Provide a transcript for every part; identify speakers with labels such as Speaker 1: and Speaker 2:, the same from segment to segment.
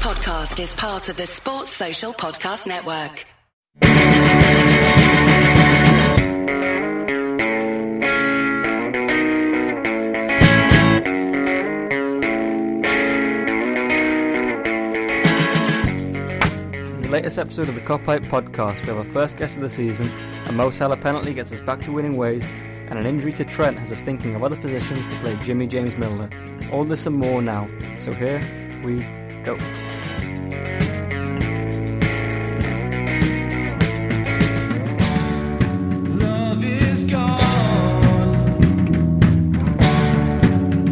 Speaker 1: podcast is part of the Sports Social Podcast Network.
Speaker 2: In the latest episode of the Cop Out podcast, we have our first guest of the season, a Mo Salah penalty gets us back to winning ways, and an injury to Trent has us thinking of other positions to play Jimmy James Milner. All this and more now. So here we go.
Speaker 3: Love is gone.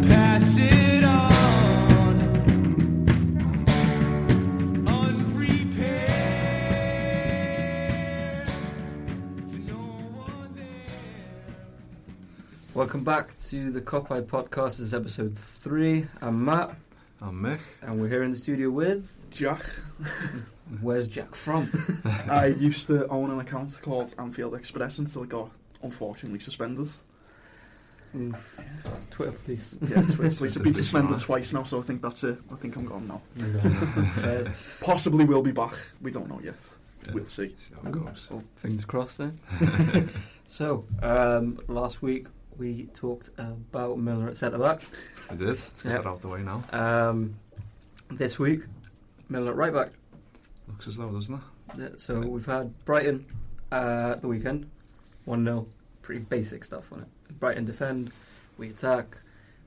Speaker 3: Pass it on. Unprepared. For no one there.
Speaker 2: Welcome back to the Cop Out podcast. This is episode three. I'm Matt,
Speaker 4: I'm Mick.
Speaker 2: and we're here in the studio with.
Speaker 5: Jack.
Speaker 2: Where's Jack from?
Speaker 5: I used to own an account called Anfield Express until it got unfortunately suspended.
Speaker 2: Twitter, please.
Speaker 5: Yeah, it's, it's, it's been
Speaker 4: Suspended
Speaker 5: suspended
Speaker 4: twice.
Speaker 5: twice now, so I think that's it. I think I'm gone now.
Speaker 2: Uh,
Speaker 5: Possibly we'll be back. We don't know yet. We'll see.
Speaker 4: See how it goes.
Speaker 2: Well, fingers crossed then. so, um, last week we talked about Miller at centre back.
Speaker 4: I did. Let's get
Speaker 2: Yep.
Speaker 4: that out the way now.
Speaker 2: Um, this week, Miller at right back.
Speaker 4: Looks as though, doesn't it?
Speaker 2: Yeah, So we've had Brighton uh, at the weekend, 1 0. Pretty basic stuff on it. Brighton defend, we attack,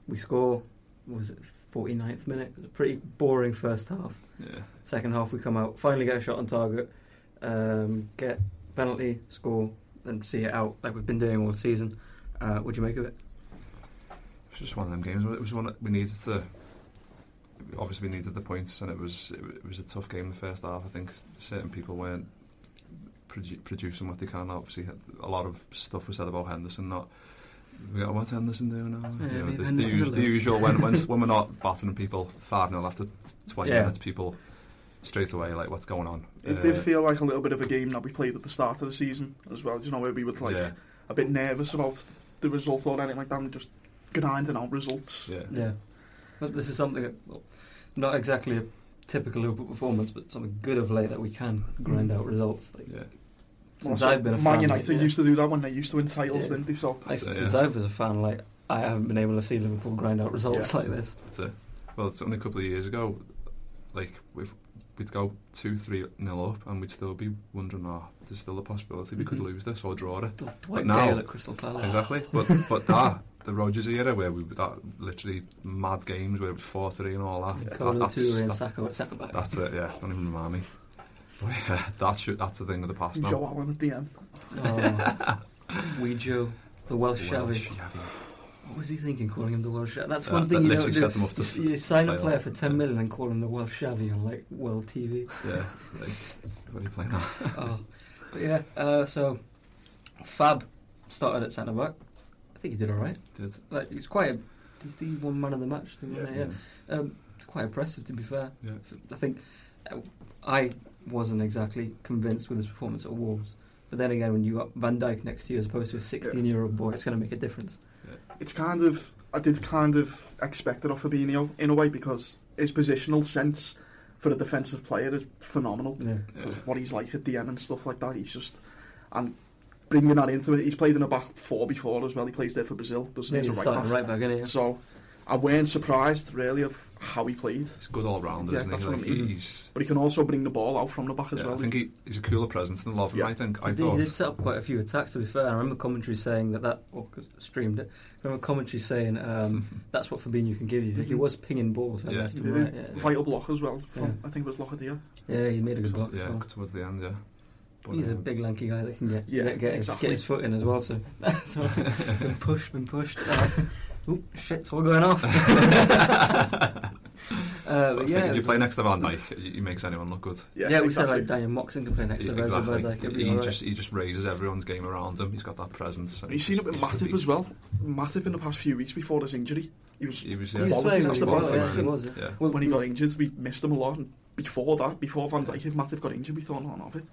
Speaker 2: we score. What was it 49th minute? It was a pretty boring first half.
Speaker 4: Yeah.
Speaker 2: Second half, we come out, finally get a shot on target, um, get penalty, score, and see it out like we've been doing all season. Uh, what do you make of it?
Speaker 4: It was just one of them games. It was one that we needed to. Obviously, we needed the points, and it was it wa- it was a tough game in the first half. I think certain people weren't produ- producing what they can. Obviously, a lot of stuff was said about Henderson not. You know, what's Henderson doing now?
Speaker 2: Yeah,
Speaker 4: you know,
Speaker 2: leave
Speaker 4: the, the,
Speaker 2: Henderson
Speaker 4: us- the
Speaker 2: alone.
Speaker 4: usual when, when when we're not battering people five 0 after twenty
Speaker 2: Yeah.
Speaker 4: minutes, people straight away like, what's going on?
Speaker 5: It
Speaker 4: Uh,
Speaker 5: did feel like a little bit of a game that we played at the start of the season as well. Do you know where we were like
Speaker 4: yeah,
Speaker 5: a bit nervous about the result or anything like that and just grinding out results.
Speaker 4: yeah.
Speaker 2: Yeah. But this is something, that, well, not exactly a typical Liverpool performance, but something good of late that we can grind out results. Like,
Speaker 4: yeah.
Speaker 2: Since
Speaker 5: Well,
Speaker 2: I've been a
Speaker 5: Man
Speaker 2: fan,
Speaker 5: United
Speaker 2: yeah.
Speaker 5: used to do that when they used to win titles,
Speaker 2: Yeah.
Speaker 5: didn't they? So
Speaker 2: Like,
Speaker 4: So,
Speaker 2: since
Speaker 4: yeah.
Speaker 2: I was a fan, like I haven't been able to see Liverpool grind out results
Speaker 5: Yeah.
Speaker 2: like this.
Speaker 4: That's it. Well, it's only a couple of years ago, like if we'd go two, three nil up, and we'd still be wondering, oh, there's still a possibility we
Speaker 2: Mm-hmm.
Speaker 4: could
Speaker 5: Mhm.
Speaker 4: lose this or draw it.
Speaker 2: Dw- Dwight
Speaker 4: now-
Speaker 2: Gale at Crystal Palace.
Speaker 4: Exactly. But but that the Rogers era where we that literally mad games where it was four three and all that.
Speaker 2: And
Speaker 4: that-
Speaker 2: Colo
Speaker 4: that's,
Speaker 2: Toure and
Speaker 4: that-
Speaker 2: Sacco at centre back.
Speaker 4: that's it. Yeah, don't even remind me. But yeah, that's that's a thing of the past now.
Speaker 5: Joe Allen at the end.
Speaker 2: Oh, Wee Joe, the Welsh
Speaker 4: Welsh
Speaker 2: Shavy.
Speaker 4: Xavi.
Speaker 2: What was he thinking, calling him the Welsh Shavy? That's
Speaker 4: Uh,
Speaker 2: one
Speaker 4: that
Speaker 2: thing you don't
Speaker 4: literally
Speaker 2: do.
Speaker 4: set them off
Speaker 2: You,
Speaker 4: to.
Speaker 2: you sign a
Speaker 4: play
Speaker 2: player
Speaker 4: like
Speaker 2: for
Speaker 4: that.
Speaker 2: 10 million and call him the Welsh Shavy on like World TV.
Speaker 4: Yeah, like, what are you playing now?
Speaker 2: oh. But yeah, uh, so Fab started at centre back. I think he did all right.
Speaker 4: Did
Speaker 2: Like it's quite. A, he's the one man of the match. The yeah.
Speaker 4: yeah.
Speaker 2: Um, it's quite impressive, to be fair.
Speaker 4: Yeah.
Speaker 2: I think uh, I wasn't exactly convinced with his performance at Wolves. But then again, when you got Van Dijk next to you as opposed to a 16-year-old boy, it's going to make a difference.
Speaker 5: it's kind of I did kind of expect it off Fabinho in a way because his positional sense for a defensive player is phenomenal.
Speaker 2: Yeah.
Speaker 4: Yeah.
Speaker 5: What he's like at the end and stuff like that, he's just and bringing that into it. He's played in a back four before as well. He plays there for Brazil, doesn't
Speaker 2: Then
Speaker 5: he?
Speaker 2: he's
Speaker 5: as a
Speaker 2: starting
Speaker 5: back.
Speaker 2: right back, isn't he?
Speaker 5: So I weren't surprised really of how he played,
Speaker 4: He's good all round,
Speaker 5: Yeah,
Speaker 4: isn't
Speaker 5: that's
Speaker 4: he?
Speaker 5: what I
Speaker 4: Like,
Speaker 2: mean.
Speaker 4: he's.
Speaker 5: but he can also bring the ball out from the back as
Speaker 4: yeah,
Speaker 5: well.
Speaker 4: I think he, he's a cooler presence than Lovren.
Speaker 5: Yeah.
Speaker 4: I think
Speaker 2: He
Speaker 4: I
Speaker 2: did- he
Speaker 4: thought.
Speaker 2: did set up quite a few attacks, to be fair. I remember commentary saying that that, or 'cause I streamed it, I remember commentary saying um,
Speaker 4: Mm-hmm.
Speaker 2: that's what Fabinho can give you. Like, he
Speaker 5: Mhm.
Speaker 2: was pinging balls out
Speaker 4: Yeah. Mm-hmm.
Speaker 2: left and
Speaker 5: He
Speaker 2: right.
Speaker 5: did.
Speaker 2: Yeah.
Speaker 5: Vital block as well. From,
Speaker 2: Yeah.
Speaker 5: I think it was Locadia.
Speaker 2: yeah, he made a good block
Speaker 4: yeah,
Speaker 2: as well.
Speaker 4: towards the end, yeah. But,
Speaker 2: He's a
Speaker 4: um,
Speaker 2: big lanky guy that can get
Speaker 5: Yeah,
Speaker 2: get, get, his,
Speaker 5: exactly.
Speaker 2: get his foot in as well. So that's all. been pushed, been pushed. Uh, oop, shit's all going off. uh,
Speaker 4: but
Speaker 2: but
Speaker 4: I think
Speaker 2: yeah,
Speaker 4: if you
Speaker 2: it's
Speaker 4: play
Speaker 2: like-
Speaker 4: next to Van Dijk, he he makes anyone look good.
Speaker 2: yeah, we said like Daniel Moxon can play next to
Speaker 4: Yeah,
Speaker 2: Virgil van Dijk. it'd be
Speaker 4: He
Speaker 2: all right.
Speaker 4: just he just raises everyone's game around him. He's got that presence. and
Speaker 5: You've
Speaker 4: he's
Speaker 5: seen it
Speaker 4: just-
Speaker 5: with
Speaker 4: he's the
Speaker 5: Matip
Speaker 4: beast.
Speaker 5: as well. Matip in the past few weeks before his injury, he was
Speaker 4: He was,
Speaker 2: He
Speaker 4: yeah,
Speaker 2: was
Speaker 5: Quality,
Speaker 2: playing really
Speaker 5: that's the
Speaker 2: well,
Speaker 5: quality,
Speaker 2: yeah, he
Speaker 4: man.
Speaker 2: was, yeah.
Speaker 4: Yeah.
Speaker 2: Well,
Speaker 5: when he got injured, we missed him a lot. And before that, before Van Dijk, if Matip got injured, we thought none of it.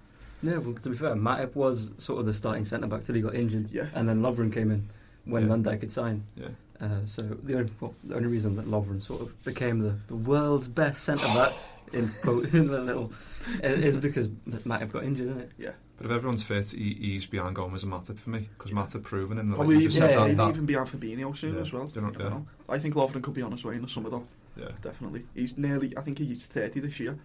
Speaker 2: yeah, well, to be fair, Matip was sort of the starting centre back till he got injured,
Speaker 5: Yeah.
Speaker 2: and then Lovren came in when
Speaker 4: Yeah.
Speaker 2: Van Dijk had signed.
Speaker 4: yeah.
Speaker 2: Uh, so the only well, the only reason that Lovren sort of became the, the world's best centre back in, po- in the little. It is because Matt have got injured, isn't it?
Speaker 4: But if everyone's fit, he, he's behind Gomez and Matip for me because
Speaker 2: Yeah.
Speaker 4: Matip proven in the
Speaker 5: Or
Speaker 4: league.
Speaker 5: we
Speaker 4: You just
Speaker 5: Oh, yeah,
Speaker 4: said that-
Speaker 5: he'd
Speaker 4: that-
Speaker 5: even be on Fabinho soon
Speaker 4: Yeah.
Speaker 5: as well.
Speaker 4: Do you not-
Speaker 5: I don't
Speaker 4: yeah.
Speaker 5: know. dus I think Lovren could be on his way in the summer though.
Speaker 4: yeah,
Speaker 5: Definitely, he's nearly. I think he's thirty this year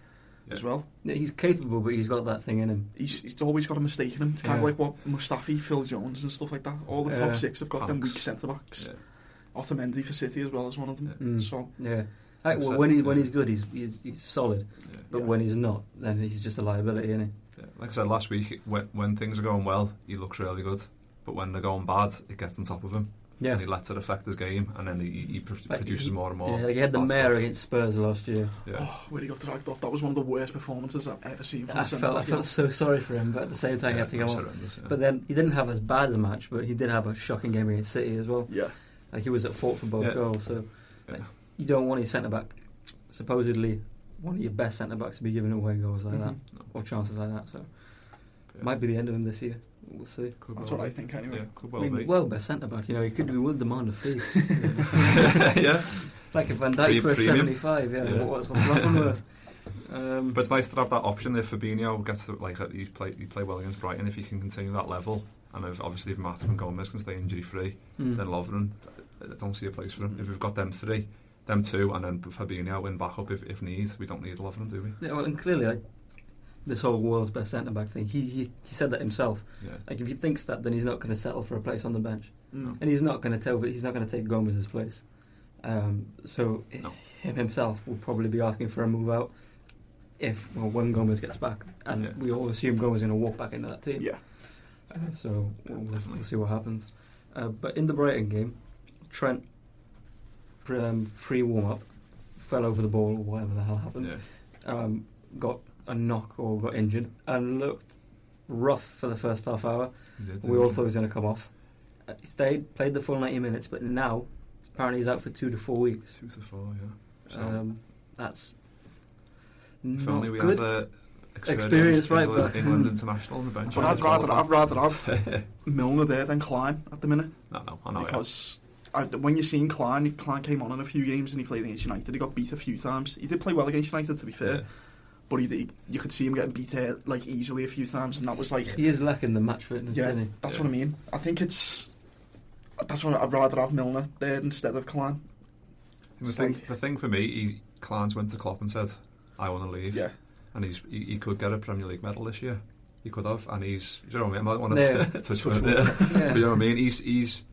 Speaker 4: Yeah.
Speaker 5: as well.
Speaker 2: Yeah, He's capable, but he's got that thing in him.
Speaker 5: He's, he's always got a mistake in him. It's kind
Speaker 4: Yeah.
Speaker 5: of like what Mustafi, Phil Jones, and stuff like that. All the
Speaker 2: Yeah.
Speaker 5: top six have got them
Speaker 4: Banks.
Speaker 5: weak centre backs.
Speaker 4: yeah.
Speaker 5: Otamendi for City as well as one of them.
Speaker 4: Yeah.
Speaker 2: Mm.
Speaker 5: So
Speaker 2: Yeah. Like,
Speaker 4: Exactly,
Speaker 2: when he, when
Speaker 4: yeah.
Speaker 2: he's good, he's, he's he's solid.
Speaker 4: yeah.
Speaker 2: But
Speaker 5: Yeah.
Speaker 2: when he's not, then he's just a liability, isn't
Speaker 4: Yeah, Like I said last week, when, when things are going well, he looks really good. But when they're going bad, it gets on top of him,
Speaker 2: he? Yeah.
Speaker 4: and he lets it affect his game, and then he, he he pr-
Speaker 2: Like,
Speaker 4: produces
Speaker 2: he-
Speaker 4: more and more.
Speaker 2: Yeah, like he had the
Speaker 4: bad
Speaker 2: mayor
Speaker 4: stuff.
Speaker 2: against Spurs last year.
Speaker 4: Yeah,
Speaker 5: oh, when he got dragged off, that was one of the worst performances I've ever seen from
Speaker 2: I
Speaker 5: a centre
Speaker 2: felt I
Speaker 5: back.
Speaker 2: felt so sorry for him, but at the same time, he had to go
Speaker 4: that's
Speaker 2: off.
Speaker 4: horrendous, yeah.
Speaker 2: But then he didn't have as bad a match, but he did have a shocking game against City as well.
Speaker 5: yeah,
Speaker 2: Like he was at fault for both
Speaker 4: Yeah.
Speaker 2: goals. So
Speaker 4: Yeah.
Speaker 2: you don't want your centre back, supposedly one of your best centre backs, to be giving away goals like that
Speaker 5: Mhm.
Speaker 2: or chances like that. So
Speaker 4: Mm-hmm. yeah.
Speaker 2: might be the end of him this year. We'll see.
Speaker 4: Could
Speaker 5: that's
Speaker 4: well
Speaker 5: what I
Speaker 4: be.
Speaker 5: think anyway.
Speaker 4: Yeah, could well
Speaker 2: I mean,
Speaker 4: be.
Speaker 2: well, best centre back. You know, he could we would demand a fee.
Speaker 4: yeah,
Speaker 2: like if Van Dijk's
Speaker 4: Pre-
Speaker 2: worth
Speaker 4: premium.
Speaker 2: seventy five. Yeah,
Speaker 4: Yeah.
Speaker 2: What, what's, what's that one worth? Um,
Speaker 4: but it's nice to have that option if Fabinho gets to, like he play he play well against Brighton if he can continue that level, and if, obviously if Matip and Gomez can stay injury free,
Speaker 2: mm.
Speaker 4: then Lovren. I don't see a place for him. If we've got them three, them two, and then Fabinho in backup if, if need, we don't need Lovren, do we?
Speaker 2: Yeah, well, and clearly, like, this whole world's best centre back thing. He, he he said that himself.
Speaker 4: Yeah.
Speaker 2: Like, if he thinks that, then he's not going to settle for a place on the bench,
Speaker 5: Mm.
Speaker 2: and he's not going to tell. He's not going to take Gomez's place. Um, so i-
Speaker 4: No.
Speaker 2: him himself will probably be asking for a move out if well when Gomez gets back, and
Speaker 4: Yeah.
Speaker 2: we all assume Gomez is going to walk back into that team.
Speaker 5: Yeah.
Speaker 2: Uh, so
Speaker 4: Yeah,
Speaker 2: we'll,
Speaker 4: definitely.
Speaker 2: we'll see what happens. Uh, but in the Brighton game, Trent pre, um, pre warm up fell over the ball or whatever the hell happened
Speaker 4: Yeah.
Speaker 2: um, got a knock or got injured and looked rough for the first half hour.
Speaker 4: he did,
Speaker 2: We all
Speaker 4: didn't
Speaker 2: thought he was going to come off. Uh, He stayed, played the full 90 minutes, but now apparently he's out for two to four
Speaker 4: he?
Speaker 2: weeks.
Speaker 4: two to four. Yeah. So
Speaker 2: Um, that's
Speaker 4: if
Speaker 2: not
Speaker 4: only we
Speaker 2: good.
Speaker 4: had the experienced
Speaker 2: Experience, right,
Speaker 4: England,
Speaker 2: but-
Speaker 4: England international on the bench.
Speaker 5: But I'd
Speaker 4: as
Speaker 5: rather,
Speaker 4: well.
Speaker 5: I'd rather have Milner there than Klein at the minute
Speaker 4: no, no, I know. yeah.
Speaker 5: because I, when you're seeing Klein, Klein came on in a few games and he played against United. He got beat a few times. He did play well against United, to be fair,
Speaker 4: Yeah.
Speaker 5: but he, did- you could see him getting beat uh, like easily a few times, and that was like
Speaker 2: He is lacking the match fitness,
Speaker 5: Yeah,
Speaker 2: isn't
Speaker 5: that's
Speaker 4: Yeah.
Speaker 5: what I mean. I think it's that's what I'd rather have Milner there instead of Klein.
Speaker 4: The thing, the thing for me, he, Clans went to Klopp and said, "I want to leave,"
Speaker 5: Yeah,
Speaker 4: and he's he, he could get a Premier League medal this year. He could have, and he's you know what I mean. I might want
Speaker 2: Yeah.
Speaker 4: to
Speaker 2: he?
Speaker 4: touch wood
Speaker 2: wood.
Speaker 4: there.
Speaker 2: Yeah.
Speaker 4: But you know what I mean? He's he's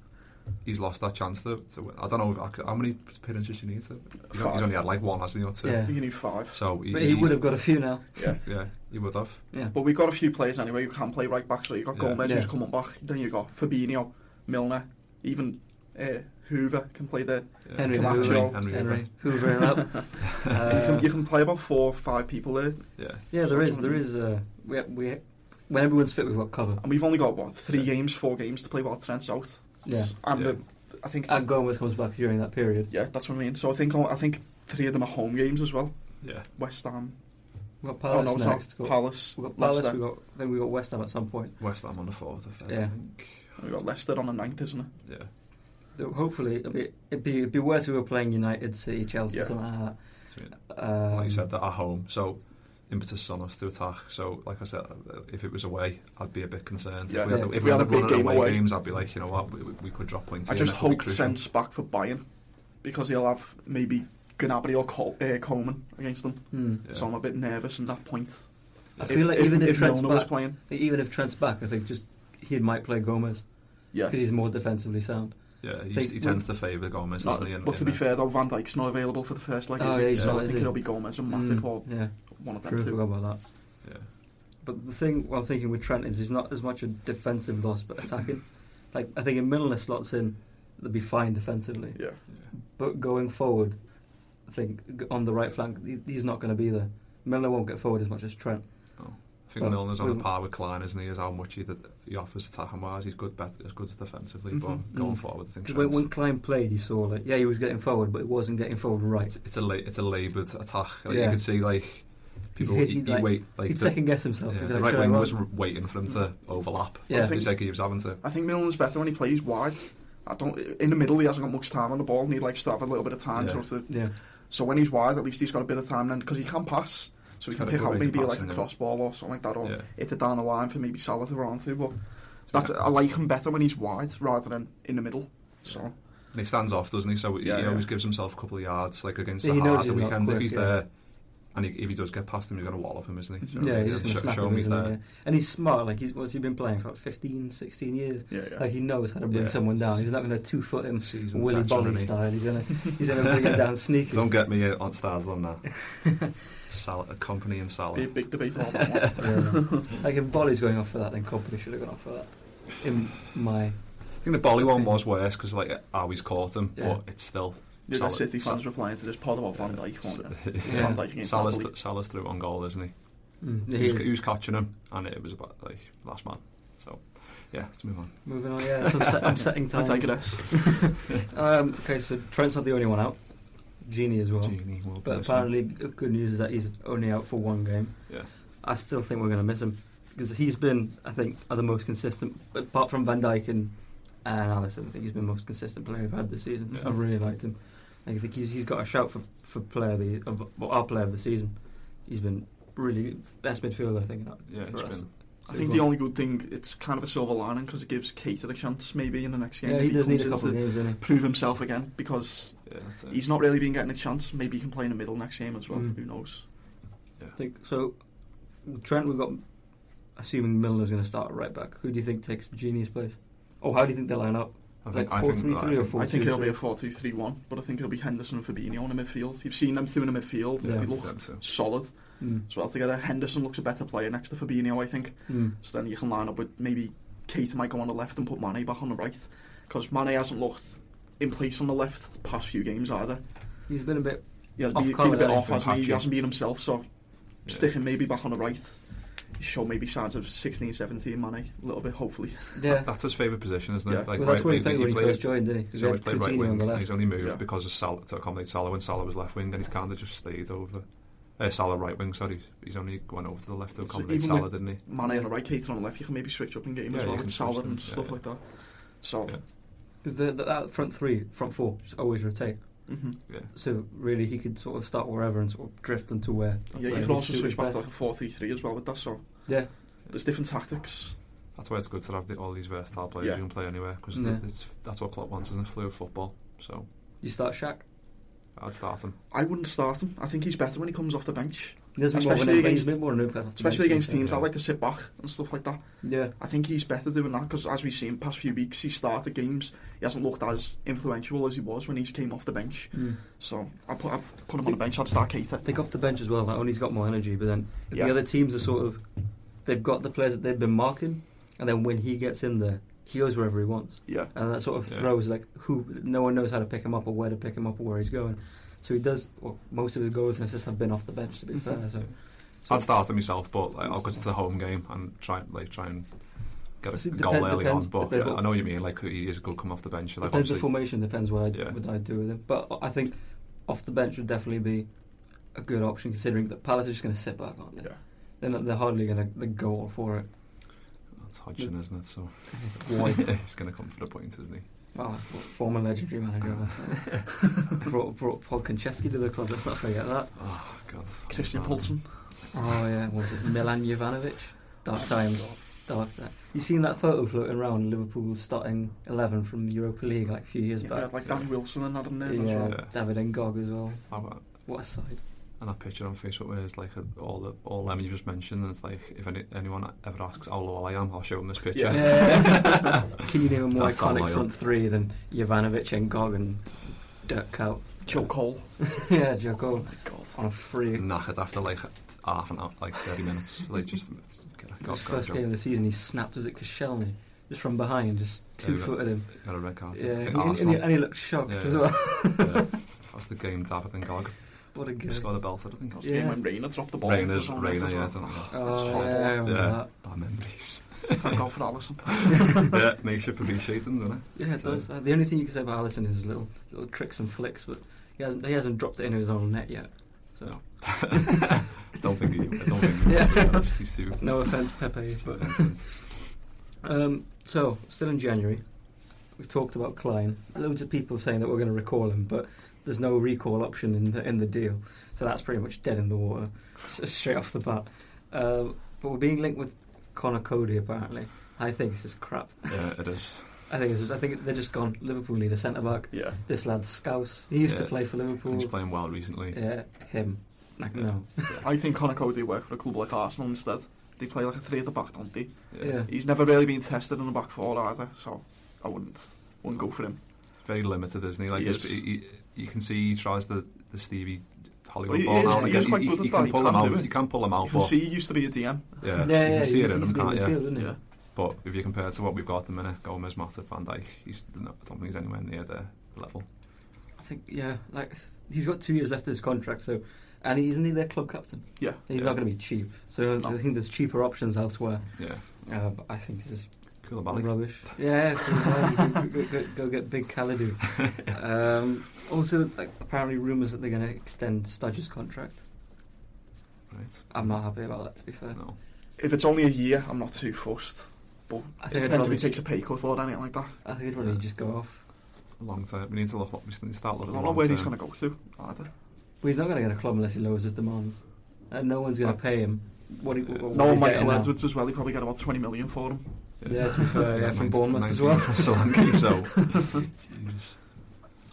Speaker 4: he's lost that chance to. to win. I don't know I c- how many appearances you need to. You know,
Speaker 5: Five.
Speaker 4: he's only had like one, hasn't he, or two?
Speaker 2: Yeah.
Speaker 5: you need five.
Speaker 4: So he,
Speaker 2: But he
Speaker 4: he's-
Speaker 2: would have got a few now.
Speaker 5: Yeah.
Speaker 4: Yeah, he would have.
Speaker 2: Yeah.
Speaker 5: But we've got a few players anyway who can play right back. So you've got
Speaker 4: Yeah.
Speaker 5: Gomez
Speaker 2: Yeah.
Speaker 5: who's coming back. Then you've got Fabinho, Milner, even uh, Hoover can play there.
Speaker 4: Yeah.
Speaker 2: Henry
Speaker 5: Camacho,
Speaker 2: Hoover.
Speaker 4: Henry,
Speaker 2: Henry Hoover and up.
Speaker 5: you, can,
Speaker 2: Uh,
Speaker 5: you can play about four or five people there.
Speaker 4: Yeah,
Speaker 2: Yeah, there
Speaker 5: That's
Speaker 2: is.
Speaker 5: what I
Speaker 2: There
Speaker 5: mean.
Speaker 2: is. Uh, we, we, when everyone's fit, we've got cover.
Speaker 5: And we've only got, what, three
Speaker 4: Yeah.
Speaker 5: games, four games to play while Trent's out.
Speaker 2: Yeah.
Speaker 5: And
Speaker 4: Yeah.
Speaker 5: uh, I think...
Speaker 2: And Gomez comes back during that period.
Speaker 5: yeah, that's what I mean. So I think I think three of them are home games as well.
Speaker 4: yeah.
Speaker 5: West Ham.
Speaker 2: We've got
Speaker 5: oh,
Speaker 2: Palace
Speaker 5: no, it's
Speaker 2: next.
Speaker 5: not.
Speaker 2: We've got-
Speaker 5: Palace.
Speaker 2: We've got Palace.
Speaker 5: Leicester.
Speaker 2: We've got, then we've got West Ham at some point.
Speaker 4: West Ham on the fourth, I
Speaker 2: Yeah.
Speaker 4: think.
Speaker 5: We've got Leicester on the ninth, isn't it?
Speaker 4: Yeah,
Speaker 2: So hopefully, it'd be, it'd, be, it'd be worse if we were playing United, City, Chelsea,
Speaker 5: Yeah.
Speaker 2: something like
Speaker 4: So, yeah,
Speaker 2: that. Um,
Speaker 4: like you said, that at home, so impetus is on us to attack. So, like I said, uh, if it was away, I'd be a bit concerned.
Speaker 5: Yeah.
Speaker 4: If we had,
Speaker 2: Yeah.
Speaker 4: the-
Speaker 5: If
Speaker 4: if we
Speaker 5: we had
Speaker 4: had
Speaker 5: a
Speaker 4: the
Speaker 5: big
Speaker 4: running
Speaker 5: game
Speaker 4: away
Speaker 5: away.
Speaker 4: games, I'd be like, you know what, we, we- we could drop points.
Speaker 5: I
Speaker 4: here,
Speaker 5: just
Speaker 4: and that would
Speaker 5: hope
Speaker 4: be crucial.
Speaker 5: Trent's back for Bayern because he'll have maybe Gnabry or Col- uh, Coleman against them.
Speaker 2: hmm.
Speaker 4: Yeah.
Speaker 5: So I'm a bit nervous in that point.
Speaker 2: I feel like even if,
Speaker 5: if
Speaker 2: Trent's
Speaker 5: Milner was
Speaker 2: back,
Speaker 5: playing,
Speaker 2: even if Trent's back, I think just he might play Gomez
Speaker 5: yeah.
Speaker 2: because he's more defensively sound.
Speaker 4: yeah, he's-
Speaker 2: Think
Speaker 4: he
Speaker 2: we-
Speaker 4: tends to favour Gomez,
Speaker 5: Not-
Speaker 4: doesn't he? in-
Speaker 5: but to
Speaker 4: in
Speaker 5: be
Speaker 4: the-
Speaker 5: fair though, Van Dijk's not available for the first leg.
Speaker 2: Oh,
Speaker 5: is he?
Speaker 2: yeah, he's
Speaker 5: so
Speaker 2: not,
Speaker 5: I
Speaker 2: is
Speaker 5: think
Speaker 2: he?
Speaker 5: it'll be Gomez and Matip
Speaker 2: Mm,
Speaker 5: or
Speaker 2: yeah,
Speaker 5: one of them
Speaker 2: true. I
Speaker 5: two.
Speaker 2: forgot about that.
Speaker 4: yeah.
Speaker 2: But the thing I'm thinking with Trent is he's not as much a defensive loss, but attacking. like I think if Milner slots in, they'll be fine defensively.
Speaker 5: Yeah,
Speaker 4: Yeah.
Speaker 2: But going forward, I think g- on the right flank, he- he's not going to be there. Milner won't get forward as much as Trent.
Speaker 4: I think
Speaker 2: But
Speaker 4: Milner's on a
Speaker 2: we-
Speaker 4: par with Klein, isn't he? As how much he, that he offers attacking wise, he's good, bet, as good defensively,
Speaker 5: Mhm.
Speaker 4: but going
Speaker 2: Mm.
Speaker 4: forward, I think
Speaker 2: 'Cause
Speaker 4: Trent's,
Speaker 2: When, when Klein played, he saw like yeah, he was getting forward, but he wasn't getting forward right.
Speaker 4: it's, it's a la- it's a laboured attack. Like,
Speaker 2: Yeah.
Speaker 4: You can see like people
Speaker 2: hit-
Speaker 4: he,
Speaker 2: he'd
Speaker 4: he
Speaker 2: like-
Speaker 4: wait like
Speaker 2: He'd
Speaker 4: the,
Speaker 2: second guess himself.
Speaker 4: yeah,
Speaker 2: He'd be
Speaker 4: the
Speaker 2: like,
Speaker 4: right
Speaker 2: "Should I
Speaker 4: wing
Speaker 2: run?"
Speaker 4: was r- waiting for him to overlap.
Speaker 2: Mm. Yeah.
Speaker 4: It's like he was having to.
Speaker 5: I think Milner's better when he plays wide. I don't in the middle. He hasn't got much time on the ball, and he likes to have a little bit of time
Speaker 4: Yeah.
Speaker 5: sort of
Speaker 2: yeah.
Speaker 5: So when he's wide, at least he's got a bit of time then because he can pass. So
Speaker 4: He's
Speaker 5: he can
Speaker 4: got a
Speaker 5: pick
Speaker 4: good
Speaker 5: out
Speaker 4: range of
Speaker 5: maybe like
Speaker 4: passing,
Speaker 5: a
Speaker 4: yeah.
Speaker 5: cross ball or something like that, or
Speaker 4: Yeah.
Speaker 5: hit it down the line for maybe Salah to run through. But that's,
Speaker 4: fair-
Speaker 5: I like him better when he's wide rather than in the middle. So
Speaker 4: And he stands off, doesn't he? So he
Speaker 5: Yeah, yeah.
Speaker 4: always gives himself a couple of yards, like against
Speaker 2: Yeah, he
Speaker 4: the
Speaker 2: knows
Speaker 4: hard the
Speaker 2: he's not
Speaker 4: weekend.
Speaker 2: quick,
Speaker 4: if he's
Speaker 2: yeah.
Speaker 4: there, and he, if he does get past him, he's going to wallop him, isn't he? Do you know what I
Speaker 2: Yeah,
Speaker 4: mean?
Speaker 2: he's just going to
Speaker 4: Show-
Speaker 2: snap
Speaker 4: show
Speaker 2: him,
Speaker 4: him he's
Speaker 2: isn't he?
Speaker 4: there.
Speaker 2: Yeah. And he's smart. Like he's what's he been playing for like 15, 16 years.
Speaker 5: yeah, yeah.
Speaker 2: Like he knows how to bring
Speaker 4: Yeah.
Speaker 2: someone down. He's not going to two foot him
Speaker 4: Seasoned
Speaker 2: Willy
Speaker 4: veteran,
Speaker 2: Bolly
Speaker 4: isn't he?
Speaker 2: style. He's going to he's going to bring him down sneaky.
Speaker 4: Don't get me on stars on that. Sal- a company in Salah.
Speaker 5: Big, big debate about that one.
Speaker 2: Yeah. like if Bolly's going off for that, then Company should have gone off for that. In my
Speaker 4: I think the Bolly one was worse because like always caught him,
Speaker 2: Yeah.
Speaker 4: but it's still
Speaker 5: You know,
Speaker 4: Solid.
Speaker 5: City fans
Speaker 4: Solid.
Speaker 5: replying to this pod about Van Dijk, won't they?
Speaker 2: Yeah.
Speaker 5: Van Dijk against
Speaker 4: Salah's,
Speaker 5: Napoli.
Speaker 4: Salah's through on goal, isn't he?
Speaker 2: mm,
Speaker 4: He, was,
Speaker 2: here's-
Speaker 4: he was catching him, and it was about like last man. So yeah, let's move on.
Speaker 2: moving on. Yeah, so I'm, set, I'm setting
Speaker 5: I
Speaker 2: time.
Speaker 5: digress.
Speaker 2: um, okay, so Trent's not the only one out. Genie as well.
Speaker 4: Genie will be
Speaker 2: But
Speaker 4: listening.
Speaker 2: apparently, the good news is that he's only out for one game.
Speaker 4: Yeah.
Speaker 2: I still think we're going to miss him because he's been, I think, are the most consistent, apart from Van Dijk and, and Allison. I think he's been the most consistent player we've had this season.
Speaker 4: Yeah.
Speaker 2: I really liked him. I think he's, he's got a shout for for player of the of, well, our player of the season. He's been really best midfielder, I think. That,
Speaker 4: yeah,
Speaker 2: for
Speaker 4: it's
Speaker 2: us.
Speaker 4: been
Speaker 5: I think the only good thing, it's kind of a silver lining because it gives Cater a chance maybe in the next game.
Speaker 2: yeah,
Speaker 5: if
Speaker 2: he does need
Speaker 5: comes
Speaker 2: a
Speaker 5: in
Speaker 2: couple
Speaker 5: to
Speaker 2: of games, doesn't he?
Speaker 5: prove himself again because
Speaker 4: yeah, that's it.
Speaker 5: he's not really been getting a chance. Maybe he can play in the middle next game as well.
Speaker 2: Mm.
Speaker 5: Who knows?
Speaker 2: I think so. Trent, we've got. Assuming Milner's going to start at right back, who do you think takes Genie's place? Oh, how do you think they line up?
Speaker 4: I
Speaker 2: like
Speaker 4: think, I think,
Speaker 2: 4-3-3
Speaker 4: I think-
Speaker 2: or 4-2-3?
Speaker 5: I think it'll be a 4 2 3 1, but I think it'll be Henderson and Fabinho in the midfield. You've seen them two in the midfield.
Speaker 2: Yeah.
Speaker 5: They look
Speaker 4: them too.
Speaker 5: solid
Speaker 4: Hmm.
Speaker 2: Mm.
Speaker 5: as well together. Henderson looks a better player next to Fabinho, I think.
Speaker 2: Mm.
Speaker 5: So then you can line up with maybe Kate might go on the left and put Mane back on the right because Mane hasn't looked in place on the left the past few games either.
Speaker 2: He's been a bit.
Speaker 5: He has
Speaker 2: Off
Speaker 5: been, been
Speaker 2: colour,
Speaker 5: a bit
Speaker 2: hasn't he?
Speaker 5: off, hasn't he? He
Speaker 4: Patchy.
Speaker 5: hasn't been himself, so
Speaker 4: Yeah.
Speaker 5: sticking maybe back on the right. Show maybe signs of 16, 17 Mane, a little bit, hopefully.
Speaker 2: Yeah.
Speaker 4: That's his favourite position, isn't it?
Speaker 5: Yeah.
Speaker 2: well, that's where he
Speaker 4: wing-
Speaker 2: played when he
Speaker 4: played-
Speaker 2: first joined, didn't he? 'Cause
Speaker 4: He's
Speaker 2: he
Speaker 4: always
Speaker 2: had
Speaker 4: played right
Speaker 2: Coutinho on
Speaker 4: wing.
Speaker 2: the
Speaker 4: and
Speaker 2: left.
Speaker 4: He's only moved
Speaker 5: Yeah.
Speaker 4: because of Salah to accommodate Salah when Salah was left wing. Then he's kind of just stayed over. Uh, Salah right wing. Sorry, he's only went over to the left to
Speaker 5: So
Speaker 4: accommodate
Speaker 5: even
Speaker 4: Salah,
Speaker 5: with-
Speaker 4: didn't he?
Speaker 5: Mane on the right, Kate on the left, you can maybe switch up in game
Speaker 4: Yeah,
Speaker 5: as
Speaker 4: you
Speaker 5: well
Speaker 4: can
Speaker 5: with
Speaker 4: switch
Speaker 5: Salah
Speaker 4: them,
Speaker 5: and
Speaker 4: yeah,
Speaker 5: stuff
Speaker 4: yeah.
Speaker 5: like that. So,
Speaker 4: Yeah.
Speaker 2: 'Cause the, that- that front three, front four, just always rotate.
Speaker 5: mhm.
Speaker 4: Yeah,
Speaker 2: So really, he could sort of start wherever and sort of drift into where.
Speaker 5: yeah,
Speaker 4: it.
Speaker 5: you
Speaker 2: He's
Speaker 5: can also
Speaker 2: suited
Speaker 5: switch back to
Speaker 2: best.
Speaker 5: like a 4 3 3 as well with that, so
Speaker 2: Yeah.
Speaker 5: there's different tactics.
Speaker 4: that's why it's good to have the, all these versatile players
Speaker 5: Yeah.
Speaker 4: you can play anywhere because
Speaker 2: Yeah.
Speaker 4: that's what Klopp wants in a fluid football. So
Speaker 2: You start Shaq.
Speaker 4: I'd start him.
Speaker 5: I wouldn't start him. I think he's better when he comes off the bench,
Speaker 2: He does a bit more of an
Speaker 5: Especially
Speaker 2: impact- he's a
Speaker 5: against-
Speaker 2: bit more of an impact off the
Speaker 5: especially
Speaker 2: bench,
Speaker 5: against
Speaker 2: isn't
Speaker 5: teams that
Speaker 4: yeah.
Speaker 5: like to sit back and stuff like that.
Speaker 2: he? Yeah.
Speaker 5: I think he's better doing that because, as we've seen past few weeks, he started games. He hasn't looked as influential as he was when he came off the bench.
Speaker 2: Mm.
Speaker 5: So I put I put him on the bench. I'd start Keita.
Speaker 2: I think off the bench as well. Like only's got more energy, but then
Speaker 5: Yeah.
Speaker 2: the other teams are sort of they've got the players that they've been marking, and then when he gets in there, he goes wherever he wants.
Speaker 5: Yeah,
Speaker 2: and that sort of
Speaker 4: Yeah.
Speaker 2: throws like who no one knows how to pick him up or where to pick him up or where he's going. So he does. Well, most of his goals and assists have been off the bench, to be fair.
Speaker 4: Mm-hmm.
Speaker 2: So, so
Speaker 4: I'd start him myself, but like, I'll go to the home game and try like try and get a
Speaker 2: See,
Speaker 4: goal
Speaker 2: depend-
Speaker 4: early
Speaker 2: depends-
Speaker 4: on. But
Speaker 2: depends
Speaker 4: yeah,
Speaker 2: what-
Speaker 4: I know what you mean. Like he is good coming off the bench. Like
Speaker 2: depends the
Speaker 4: obviously,
Speaker 2: formation. Depends what I
Speaker 4: Yeah.
Speaker 2: what I do with him. But I think off the bench would definitely be a good option considering that Palace is just going to sit back, aren't they?
Speaker 5: Yeah.
Speaker 2: They're, not, they're hardly going to go all for it.
Speaker 4: that's Hodgson, isn't it? So
Speaker 2: Why?
Speaker 4: he's going to come for the point, isn't he?
Speaker 2: Well, former legendary manager. brought brought Paul Konchesky to the club. Let's not forget that.
Speaker 4: Oh God,
Speaker 5: Christian
Speaker 4: Oh,
Speaker 5: Poulsen.
Speaker 2: Oh yeah, was it Milan Jovanovic? Dark times, dark times. You seen that photo floating around Liverpool's starting eleven from the Europa League like a few years
Speaker 5: Yeah,
Speaker 2: back?
Speaker 5: like Danny Wilson and Adam
Speaker 2: Yeah,
Speaker 5: Neville as well.
Speaker 4: Yeah.
Speaker 2: David Ngog as well.
Speaker 4: I wa-
Speaker 2: What a side!
Speaker 4: and that picture on Facebook where it's like a, all the all them you just mentioned, and it's like if any, anyone ever asks how low I am, I'll show them this picture.
Speaker 5: Yeah.
Speaker 2: Yeah. Can you name a more
Speaker 4: That's all
Speaker 2: iconic
Speaker 4: I
Speaker 2: front three than Jovanovic, Ngog, and Dirk Cow?
Speaker 5: Joe Cole.
Speaker 2: yeah, Joe Cole
Speaker 5: Oh God.
Speaker 2: on a free.
Speaker 4: Knackered after like half an hour, like thirty minutes. Like just get a, got,
Speaker 2: His first game of the season, he snapped was it Koscielny just from behind, just
Speaker 4: Yeah, we
Speaker 2: two
Speaker 4: got-
Speaker 2: footed him.
Speaker 4: got a red card.
Speaker 2: Yeah,
Speaker 4: I
Speaker 2: and,
Speaker 4: think
Speaker 2: he, and, he,
Speaker 4: Arsenal.
Speaker 2: and he looked shocked
Speaker 4: Yeah.
Speaker 2: as well.
Speaker 4: yeah. That's the game David and Gog
Speaker 2: what a game!
Speaker 4: scored a belter. I think.
Speaker 5: That was the
Speaker 2: Yeah.
Speaker 5: game when Reina dropped the ball.
Speaker 4: Rainers,
Speaker 5: Something like
Speaker 4: Rainer,
Speaker 5: that.
Speaker 4: yeah, I don't know.
Speaker 5: It's
Speaker 2: Oh,
Speaker 5: horrible.
Speaker 2: yeah, I remember
Speaker 4: Yeah.
Speaker 2: that.
Speaker 4: Bad memories.
Speaker 5: Thank God for Allison.
Speaker 4: yeah, makes you appreciate them, doesn't it?
Speaker 2: Yeah, it
Speaker 4: So-
Speaker 2: does. Uh, the only thing you can say about Allison is his little little tricks and flicks, but he hasn't he hasn't dropped it into his own net yet. So
Speaker 4: No. don't think he, I don't think he
Speaker 2: Yeah.
Speaker 4: to be honest, these two.
Speaker 2: no offense, Pepe.
Speaker 4: these two
Speaker 2: But,
Speaker 4: confident.
Speaker 2: um, so still in January, we've talked about Klein. Loads of people saying that we're going to recall him, but there's no recall option in the in the deal, so that's pretty much dead in the water s- straight off the bat. Uh, but we're being linked with Connor Cody apparently. I think this is crap.
Speaker 4: Yeah, it is.
Speaker 2: I think it's, I think they're just gone. Liverpool need a centre back.
Speaker 5: Yeah.
Speaker 2: This lad Scouse. He used to
Speaker 4: Yeah.
Speaker 2: play for Liverpool.
Speaker 4: He's playing well recently.
Speaker 2: Yeah, him. Like,
Speaker 4: Yeah.
Speaker 2: no.
Speaker 5: I think Connor Cody work for a club like Arsenal instead. They play like a three at the back, don't they?
Speaker 2: Yeah.
Speaker 5: He's never really been tested in the back four either, so I wouldn't wouldn't go for him.
Speaker 4: Very limited, isn't he? Like
Speaker 5: He
Speaker 4: he's-
Speaker 5: is.
Speaker 4: he, he- you can see, he tries the, the Stevie Hollywood
Speaker 5: But he
Speaker 4: ball
Speaker 5: is-
Speaker 4: now and
Speaker 5: he
Speaker 4: again.
Speaker 5: is quite
Speaker 4: He,
Speaker 5: good
Speaker 4: he,
Speaker 5: at
Speaker 4: he
Speaker 5: that,
Speaker 4: can
Speaker 5: he
Speaker 4: pull
Speaker 5: can
Speaker 4: them
Speaker 5: do
Speaker 4: out.
Speaker 5: it.
Speaker 4: He can pull them
Speaker 5: You
Speaker 4: out,
Speaker 5: can
Speaker 4: but
Speaker 5: see he used to be a DM.
Speaker 4: yeah,
Speaker 2: yeah,
Speaker 4: you can see
Speaker 2: he's-
Speaker 4: it in
Speaker 2: he's
Speaker 4: him,
Speaker 2: good
Speaker 4: can't
Speaker 2: in
Speaker 4: you?
Speaker 2: midfield, isn't he?
Speaker 5: Yeah.
Speaker 4: But if you compare to what we've got at the minute, Gomez, Matip, Van Dijk, he's, I don't think he's anywhere near their level.
Speaker 2: I think yeah, like he's got two years left of his contract, so and he, isn't he their club captain?
Speaker 5: Yeah.
Speaker 2: He's
Speaker 4: Yeah.
Speaker 2: not going to be cheap, so I
Speaker 5: No.
Speaker 2: think there's cheaper options elsewhere.
Speaker 4: Yeah,
Speaker 2: Uh, but I think this is
Speaker 4: Koulibaly.
Speaker 2: rubbish. Yeah, go, go, go, go get big Kalidou. um, also, like, apparently rumours that they're going to extend Studge's contract.
Speaker 4: Right.
Speaker 2: I'm not happy about that. To be fair,
Speaker 4: No.
Speaker 5: If it's only a year, I'm not too fussed.
Speaker 2: I
Speaker 5: It
Speaker 2: think I'd
Speaker 5: depends if
Speaker 2: rather,
Speaker 5: he takes a pay cut or anything like that.
Speaker 2: I think I'd rather just go off.
Speaker 4: Long term. We need to look. We need to start
Speaker 5: I
Speaker 4: looking.
Speaker 5: don't know where
Speaker 4: long
Speaker 5: he's
Speaker 4: term.
Speaker 5: going to go to either.
Speaker 2: Well, he's not going to get a club unless he lowers his demands, and no one's going
Speaker 4: Oh.
Speaker 2: to pay him. What? He, what
Speaker 4: No
Speaker 2: what
Speaker 5: No,
Speaker 2: Oh, he's getting
Speaker 5: Michael
Speaker 2: now.
Speaker 5: Edwards as well. He probably got about 20 million for him.
Speaker 2: Yeah, to be fair, yeah, from
Speaker 4: 19
Speaker 2: Bournemouth as
Speaker 4: 19
Speaker 2: well.
Speaker 4: from Solanke, so. Jesus.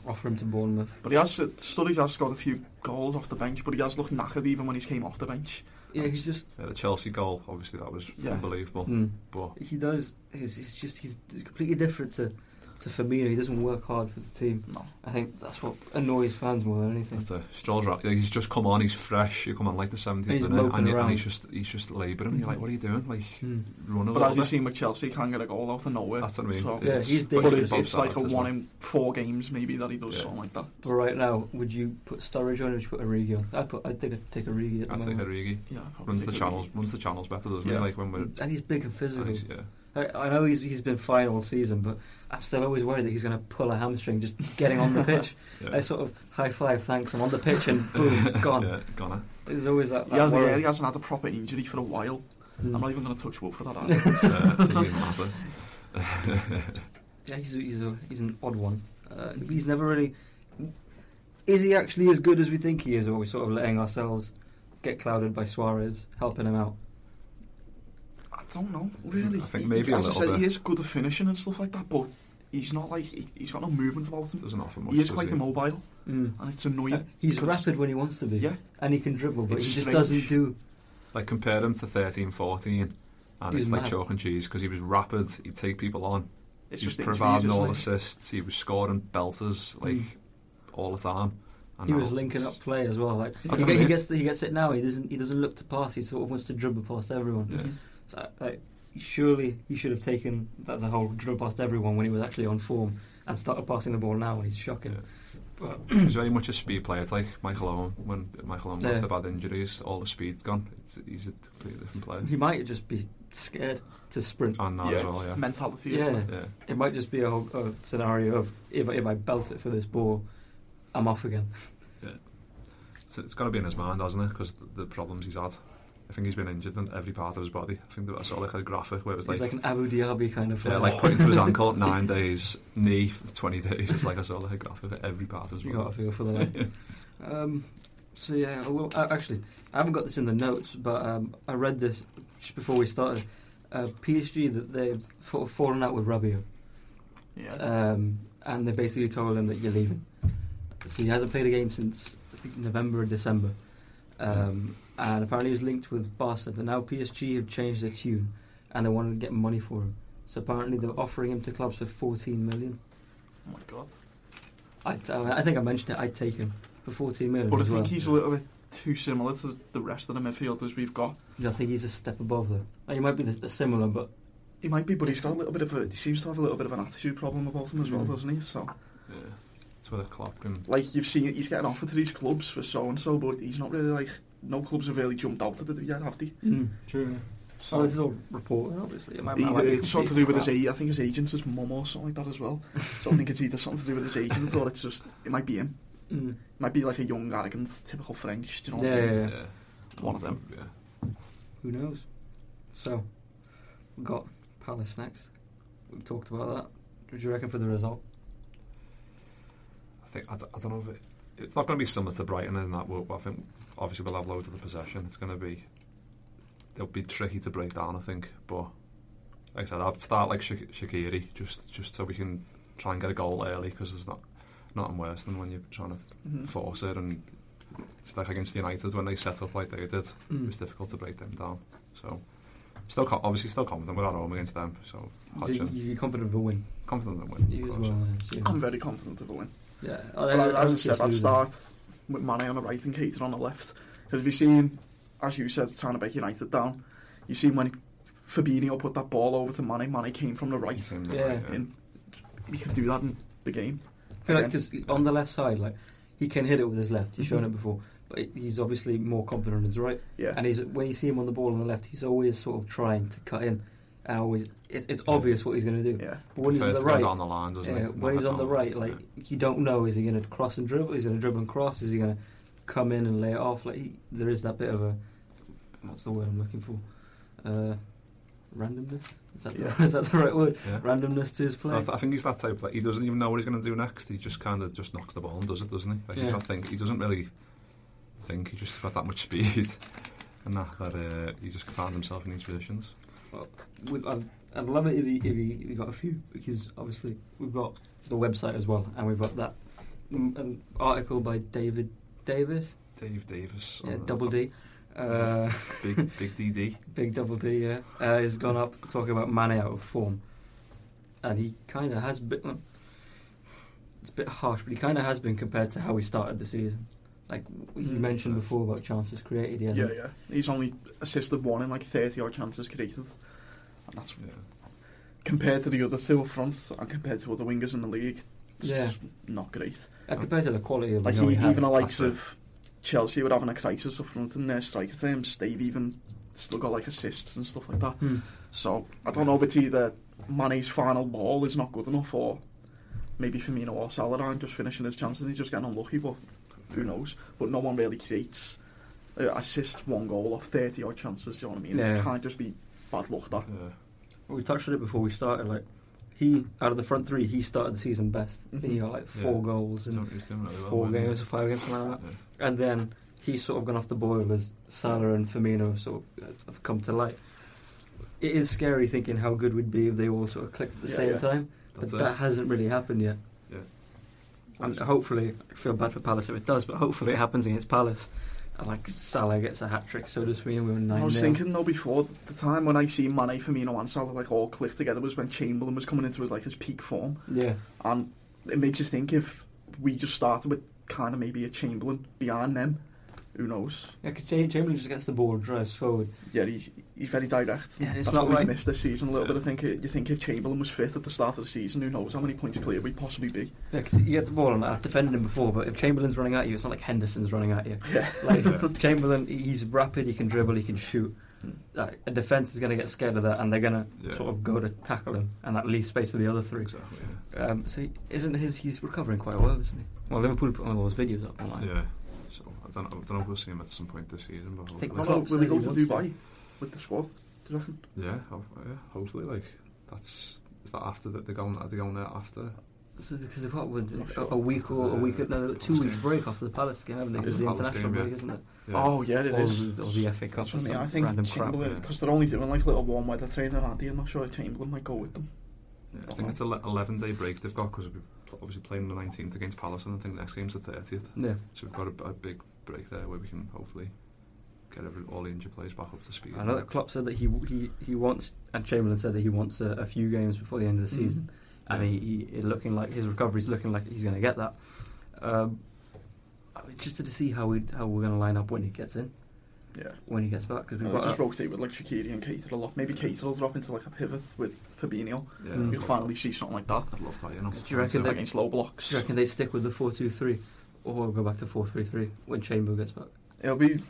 Speaker 2: Offer him to Bournemouth.
Speaker 5: But he has, Sturridge has scored a few goals off the bench, but he has looked knackered even when he's came off the bench.
Speaker 2: Yeah, he's just
Speaker 4: Yeah, the Chelsea goal, obviously, that was
Speaker 5: Yeah.
Speaker 4: unbelievable.
Speaker 2: Mm.
Speaker 4: But
Speaker 2: He does. He's, he's just. He's completely different to to Firmino. He doesn't work hard for the team.
Speaker 5: No.
Speaker 2: I think that's what annoys fans more than anything.
Speaker 4: that's a Stroll's right. Like, he's just come on. He's fresh. You come on like the 70th
Speaker 2: He's
Speaker 4: minute,
Speaker 2: moping
Speaker 4: and, you-
Speaker 2: around.
Speaker 4: and he's just he's just labouring. You're like, what are you doing? Like,
Speaker 2: Mm.
Speaker 4: run a
Speaker 5: But as
Speaker 4: little
Speaker 5: you've
Speaker 4: bit.
Speaker 5: seen with Chelsea, he can get a goal out of nowhere.
Speaker 4: That's what I mean.
Speaker 5: So-
Speaker 2: Yeah, he's
Speaker 4: both-
Speaker 5: But
Speaker 2: dangerous.
Speaker 5: it's,
Speaker 4: both
Speaker 5: it's like a
Speaker 4: sides, isn't
Speaker 5: one
Speaker 4: it?
Speaker 5: in four games maybe that he does
Speaker 4: Yeah.
Speaker 5: something like that.
Speaker 2: But right now, would you put Sturridge on or would you put Origi on? I'd put. I'd take a, take Origi at the
Speaker 4: I take
Speaker 2: moment.
Speaker 4: Origi.
Speaker 5: Yeah, probably
Speaker 4: Runs
Speaker 5: think
Speaker 4: the
Speaker 5: it
Speaker 4: channels.
Speaker 5: would be-
Speaker 4: Runs the channels better, doesn't
Speaker 5: Yeah.
Speaker 4: he? Like when we're.
Speaker 2: and he's big and
Speaker 4: and
Speaker 2: physical.
Speaker 4: he's- yeah.
Speaker 2: I, I know he's he's been fine all season, but I'm still always worried that he's going to pull a hamstring just getting on the pitch.
Speaker 4: yeah.
Speaker 2: I sort of high five, thanks, I'm on the pitch, and boom, gone.
Speaker 4: Yeah, gone.
Speaker 2: There's always that.
Speaker 5: He,
Speaker 2: that
Speaker 5: hasn't,
Speaker 2: worry.
Speaker 5: he hasn't had a proper injury for a while.
Speaker 2: Mm.
Speaker 5: I'm not even going to touch wood for that. either.
Speaker 4: eh?
Speaker 2: Hmm.
Speaker 4: Yeah, doesn't even matter.
Speaker 2: Yeah, he's a, he's, a, he's an odd one. Uh, he's never really. Is he actually as good as we think he is, or are we sort of letting ourselves get clouded by Suarez helping him out?
Speaker 5: I don't know, really.
Speaker 4: I think
Speaker 5: He-
Speaker 4: maybe a
Speaker 5: as I
Speaker 4: little
Speaker 5: said,
Speaker 4: bit.
Speaker 5: he is good at finishing and stuff like that, but he's not like he, he's got no movement about him.
Speaker 4: Doesn't offer much.
Speaker 5: He is
Speaker 4: does
Speaker 5: quite immobile,
Speaker 2: Mm.
Speaker 5: and it's
Speaker 2: Uh,
Speaker 5: annoying.
Speaker 2: he's
Speaker 5: Because-
Speaker 2: rapid when he wants to be,
Speaker 5: Yeah.
Speaker 2: and he can dribble, but
Speaker 5: It's
Speaker 2: he just
Speaker 5: strange.
Speaker 2: doesn't do.
Speaker 4: Like compare him to 13, 14 and
Speaker 2: He
Speaker 4: it's
Speaker 2: was
Speaker 4: like
Speaker 2: mad.
Speaker 4: chalk and cheese because he was rapid. He'd take people on.
Speaker 5: It's
Speaker 4: he was
Speaker 5: just injuries,
Speaker 4: providing
Speaker 5: isn't
Speaker 4: all
Speaker 5: it?
Speaker 4: assists. He was scoring belters like
Speaker 2: Mm.
Speaker 4: all the time. And
Speaker 2: He
Speaker 4: now
Speaker 2: was linking
Speaker 4: it's-
Speaker 2: up play as well. Like
Speaker 5: That's
Speaker 2: he,
Speaker 5: what
Speaker 2: get,
Speaker 5: I
Speaker 2: he
Speaker 5: mean.
Speaker 2: gets the, he gets it now. He doesn't he doesn't look to pass. He sort of wants to dribble past everyone.
Speaker 4: Yeah.
Speaker 5: Mhm.
Speaker 2: So, like, surely he should have taken that, the whole dribble past everyone when he was actually on form and started passing the ball now, and he's shocking.
Speaker 4: Yeah.
Speaker 2: But
Speaker 4: He was very much a speed player. It's like Michael Owen when Michael Owen
Speaker 2: Yeah.
Speaker 4: got the bad injuries, all the speed's gone. It's, he's a completely different player.
Speaker 2: He might just be scared to sprint.
Speaker 4: And now as
Speaker 5: yeah,
Speaker 4: well,
Speaker 5: it's
Speaker 4: yeah.
Speaker 5: mentality. Isn't
Speaker 2: Yeah,
Speaker 5: it?
Speaker 4: yeah.
Speaker 2: it might just be a, whole, a scenario of if, if I belt it for this ball, I'm off again.
Speaker 4: It's, it's got to be in his mind, hasn't it? Because the, the problems he's had. I think he's been injured in every part of his body. I think that I saw like a graphic where it was
Speaker 2: It's
Speaker 4: like,
Speaker 2: like, an Abu Dhabi kind of player.
Speaker 4: yeah, like put into his ankle nine days, knee for twenty days. It's like I saw like a graphic for every part of his
Speaker 2: you got a
Speaker 4: body.
Speaker 2: feel for the line. um, so yeah, well, actually, I haven't got this in the notes, but um, I read this just before we started. Uh, PSG that they've sort of fallen out with Rabiot,
Speaker 5: Yeah.
Speaker 2: um, and they basically told him that you're leaving. So he hasn't played a game since I think November or December. Um, and apparently he was linked with Barca, but now PSG have changed their tune and they wanted to get money for him. So apparently they're offering him to clubs for 14 million.
Speaker 5: oh my god.
Speaker 2: I, I think I mentioned it, I'd take him for 14 million.
Speaker 5: But I
Speaker 2: as
Speaker 5: think
Speaker 2: well.
Speaker 5: he's a little bit too similar to the rest of the midfielders we've got.
Speaker 2: I think he's a step above though. Like, he might be the, the similar, but
Speaker 5: He might be, but he's got a little bit of a. He seems to have a little bit of an attitude problem about him as well,
Speaker 2: Mm.
Speaker 5: doesn't he? So,
Speaker 4: Yeah. It's where the clock can.
Speaker 5: like you've seen, he's getting offered to these clubs for so and so, but he's not really like. No clubs have really jumped out at it yet, have they?
Speaker 2: true.
Speaker 5: So,
Speaker 2: So this is all reported, obviously. It might,
Speaker 5: Either
Speaker 2: might be
Speaker 5: it's something to do with his
Speaker 2: complete
Speaker 5: agent. I think his agent's his mum or something like that as well. So I think it's either something to do with his agent or it's just it might be him.
Speaker 2: crap. Mm.
Speaker 5: It might be like a young, arrogant, typical French. Do you know?
Speaker 2: Yeah,
Speaker 5: what I
Speaker 2: yeah,
Speaker 5: mean?
Speaker 2: yeah.
Speaker 5: One of them.
Speaker 4: Yeah.
Speaker 2: Who knows? So, we've got Palace next. We've talked about that. What do you reckon for the result?
Speaker 4: I think I, d- I don't know if it, it's not going to be similar to Brighton in that. We'll, I think obviously we'll have loads of the possession. It's going to be they'll be tricky to break down. I think, but like I said, I'd start like Shak- Shakiri just just so we can try and get a goal early because it's not nothing worse than when you're trying to
Speaker 5: Mhm.
Speaker 2: Mm-hmm.
Speaker 4: force it and it's like against United when they set up like they did, it was
Speaker 2: Mm.
Speaker 4: difficult to break them down. So still co- obviously still confident. We're at home against them, so
Speaker 2: Do you,
Speaker 4: Hodgson
Speaker 2: you're confident of a win.
Speaker 4: confident that win.
Speaker 2: You
Speaker 4: of
Speaker 2: as
Speaker 4: course.
Speaker 2: well. yes, yeah.
Speaker 5: I'm very confident of a win.
Speaker 2: Yeah.
Speaker 5: But I- as I said, I'd start with Mane on the right and Keita on the left. Because if you seen, as you said, trying to break United down, you seen when Fabinho put that ball over to Mane, Mane came from the right.
Speaker 4: In the
Speaker 2: Yeah.
Speaker 4: right, yeah.
Speaker 5: And you could do that in the game.
Speaker 2: Because on the left side, like he can hit it with his left. He's shown
Speaker 5: Mhm.
Speaker 2: it before, but he- he's obviously more confident on his right.
Speaker 5: Yeah.
Speaker 2: And he's when you see him on the ball on the left, he's always sort of trying to cut in, and always it, it's obvious what he's going to do.
Speaker 5: yeah.
Speaker 2: But when he's on
Speaker 4: Prefers
Speaker 2: the
Speaker 4: to go
Speaker 2: right,
Speaker 4: down the line, doesn't
Speaker 2: yeah,
Speaker 4: he?
Speaker 2: Uh, when he's on the right, like you don't know, is he going to cross and dribble? Is he going to dribble and cross? Is he going to come in and lay it off? Like he, there is that bit of a what's the word I'm looking for? Uh, randomness. Is that,
Speaker 5: Yeah.
Speaker 2: the, is that the right word?
Speaker 4: Yeah.
Speaker 2: Randomness to his play.
Speaker 4: I, th- I think he's that type that he doesn't even know what he's going to do next. He just kind of just knocks the ball and does it, doesn't he? Like
Speaker 2: Yeah.
Speaker 4: he's not think he doesn't really think. He just got that much speed, and that that uh, he just found himself in these positions.
Speaker 2: We've, I'd, I'd love it if he, if, he, if he got a few because obviously we've got the website as well, and we've got that mm, an article by David Davis,
Speaker 4: Dave Davis, on
Speaker 2: yeah,
Speaker 4: the
Speaker 2: Double
Speaker 4: top-
Speaker 2: D, uh,
Speaker 4: big big DD.
Speaker 2: Big Double D, yeah, uh, has gone up talking about Mane out of form, and he kind of has been. It's a bit harsh, but he kind of has been compared to how he started the season. Like you
Speaker 5: Mm.
Speaker 2: mentioned before about chances created, he
Speaker 5: Yeah,
Speaker 2: hasn't.
Speaker 5: yeah. He's only assisted one in like 30 odd chances created. And that's
Speaker 4: Yeah.
Speaker 5: compared to the other two up front and compared to other wingers in the league. It's
Speaker 2: Yeah.
Speaker 5: not great.
Speaker 2: Uh, compared to the quality of
Speaker 5: Like,
Speaker 2: Mane
Speaker 5: he,
Speaker 2: has.
Speaker 5: even the likes
Speaker 4: that's it.
Speaker 5: of Chelsea would having a crisis up front in their striker teams. They've even still got like assists and stuff like that.
Speaker 2: Hmm.
Speaker 5: So I don't know if it's either Mane's final ball is not good enough or maybe Firmino or Salah aren't just finishing his chances and he's just getting unlucky, but who knows? But no one really creates uh, assist one goal off 30 odd chances, do you know what I mean?
Speaker 2: Yeah.
Speaker 5: It can't just be bad luck that.
Speaker 4: Yeah.
Speaker 2: Well, we touched on it before we started. Like he, out of the front three, he started the season best. I think he got like four
Speaker 4: Yeah.
Speaker 2: goals
Speaker 4: He's
Speaker 2: in
Speaker 4: doing- he's doing really well,
Speaker 2: four
Speaker 4: isn't he?
Speaker 2: games or five games, something like
Speaker 4: Yeah.
Speaker 2: that. And then he's sort of gone off the boil as Salah and Firmino sort of uh, have come to light. It is scary thinking how good we'd be if they all sort of clicked at the
Speaker 5: Yeah,
Speaker 2: same
Speaker 5: yeah.
Speaker 2: time, but
Speaker 4: That's it.
Speaker 2: that hasn't really happened yet.
Speaker 4: Yeah.
Speaker 2: And hopefully, I feel bad for Palace if it does, but hopefully it happens against Palace. And like Salah gets a hat trick, so does Firmino. We were nine.
Speaker 5: I was thinking though before the time when I seen Mane, Firmino, and Salah like all click together was when Chamberlain was coming into his like his peak form,
Speaker 2: yeah,
Speaker 5: and it makes you think if we just started with kind of maybe a Chamberlain behind them, who knows?
Speaker 2: yeah, because Chamberlain just gets the ball, drives forward.
Speaker 5: Yeah, he's he's very direct.
Speaker 2: Yeah, and it's
Speaker 5: That's
Speaker 2: not
Speaker 5: what
Speaker 2: right.
Speaker 5: we missed this season a little bit. I think you think if Chamberlain was fit at the start of the season, who knows how many points clear we'd possibly be?
Speaker 2: Yeah, 'cause you get the ball, and I've defended him before, but if Chamberlain's running at you, it's not like Henderson's running at you.
Speaker 5: Yeah.
Speaker 2: Like,
Speaker 4: Yeah.
Speaker 2: Chamberlain, he's rapid, he can dribble, he can shoot.
Speaker 5: Mm.
Speaker 2: Like, a defence is going to get scared of that, and they're going to
Speaker 4: Yeah.
Speaker 2: sort of go to tackle him, and that leaves space for the other three.
Speaker 4: Exactly.
Speaker 2: Um, so, he, isn't his, he's recovering quite well, isn't he? Well, Liverpool put all those videos up
Speaker 4: Yeah.
Speaker 2: online.
Speaker 4: yeah. So I don't, I don't know if we'll see him at some point this season, but
Speaker 2: I think
Speaker 4: hopefully-
Speaker 5: How about will they go to
Speaker 2: Klopp said he wants
Speaker 5: Dubai with the squad? Do you reckon?
Speaker 4: yeah, ho- yeah, hopefully, like that's is that after that they're going, are they going there after?
Speaker 2: So, because they've got what, a, a week or a week, no, they've got two
Speaker 4: Palace
Speaker 2: weeks
Speaker 4: game.
Speaker 2: break after the Palace game, haven't they? Because
Speaker 4: After
Speaker 2: the
Speaker 4: the Palace
Speaker 2: international
Speaker 4: game, yeah.
Speaker 2: break, isn't it?
Speaker 4: Yeah.
Speaker 5: Oh yeah, it
Speaker 2: or,
Speaker 5: is.
Speaker 2: the, or the FA Cup or
Speaker 5: That's what I
Speaker 2: some
Speaker 5: mean. I think
Speaker 2: random crap.
Speaker 5: Chamberlain
Speaker 4: yeah.
Speaker 5: because they're only doing like little warm weather training, aren't they? I'm not sure if Chamberlain might go with them.
Speaker 4: Yeah, I think it's an 11 day break they've got because we've pl- obviously playing the 19th against Palace and I think the next game's the 30th.
Speaker 2: Yeah.
Speaker 4: So we've got a, a big break there where we can hopefully get every, all the injured players back up to speed.
Speaker 2: I know that Klopp said that he he, he wants, and Chamberlain said that he wants a, a few games before the end of the
Speaker 5: Mm-hmm.
Speaker 2: season, and he, he it's looking like his recovery's looking like he's going to get that. Um, I'm interested to see how we how we're going to line up when he gets in,
Speaker 5: Mm-hmm. Yeah.
Speaker 2: when he gets back, because
Speaker 5: No,
Speaker 2: we've
Speaker 5: they
Speaker 2: got
Speaker 5: Oh, just
Speaker 2: a-
Speaker 5: rotate with like Shaqiri and Keita a lot. Maybe Keita will drop into like a pivot with Fabinho.
Speaker 4: Yeah,
Speaker 2: Mm.
Speaker 4: I'd
Speaker 5: You'll
Speaker 4: love-
Speaker 5: finally see something like that
Speaker 4: I'd love that, you know.
Speaker 2: Do you reckon
Speaker 4: So-
Speaker 2: that-
Speaker 5: against low blocks.
Speaker 2: do you reckon they stick with the four two three, or go back to four three three when Chamberlain gets back?
Speaker 5: It'll be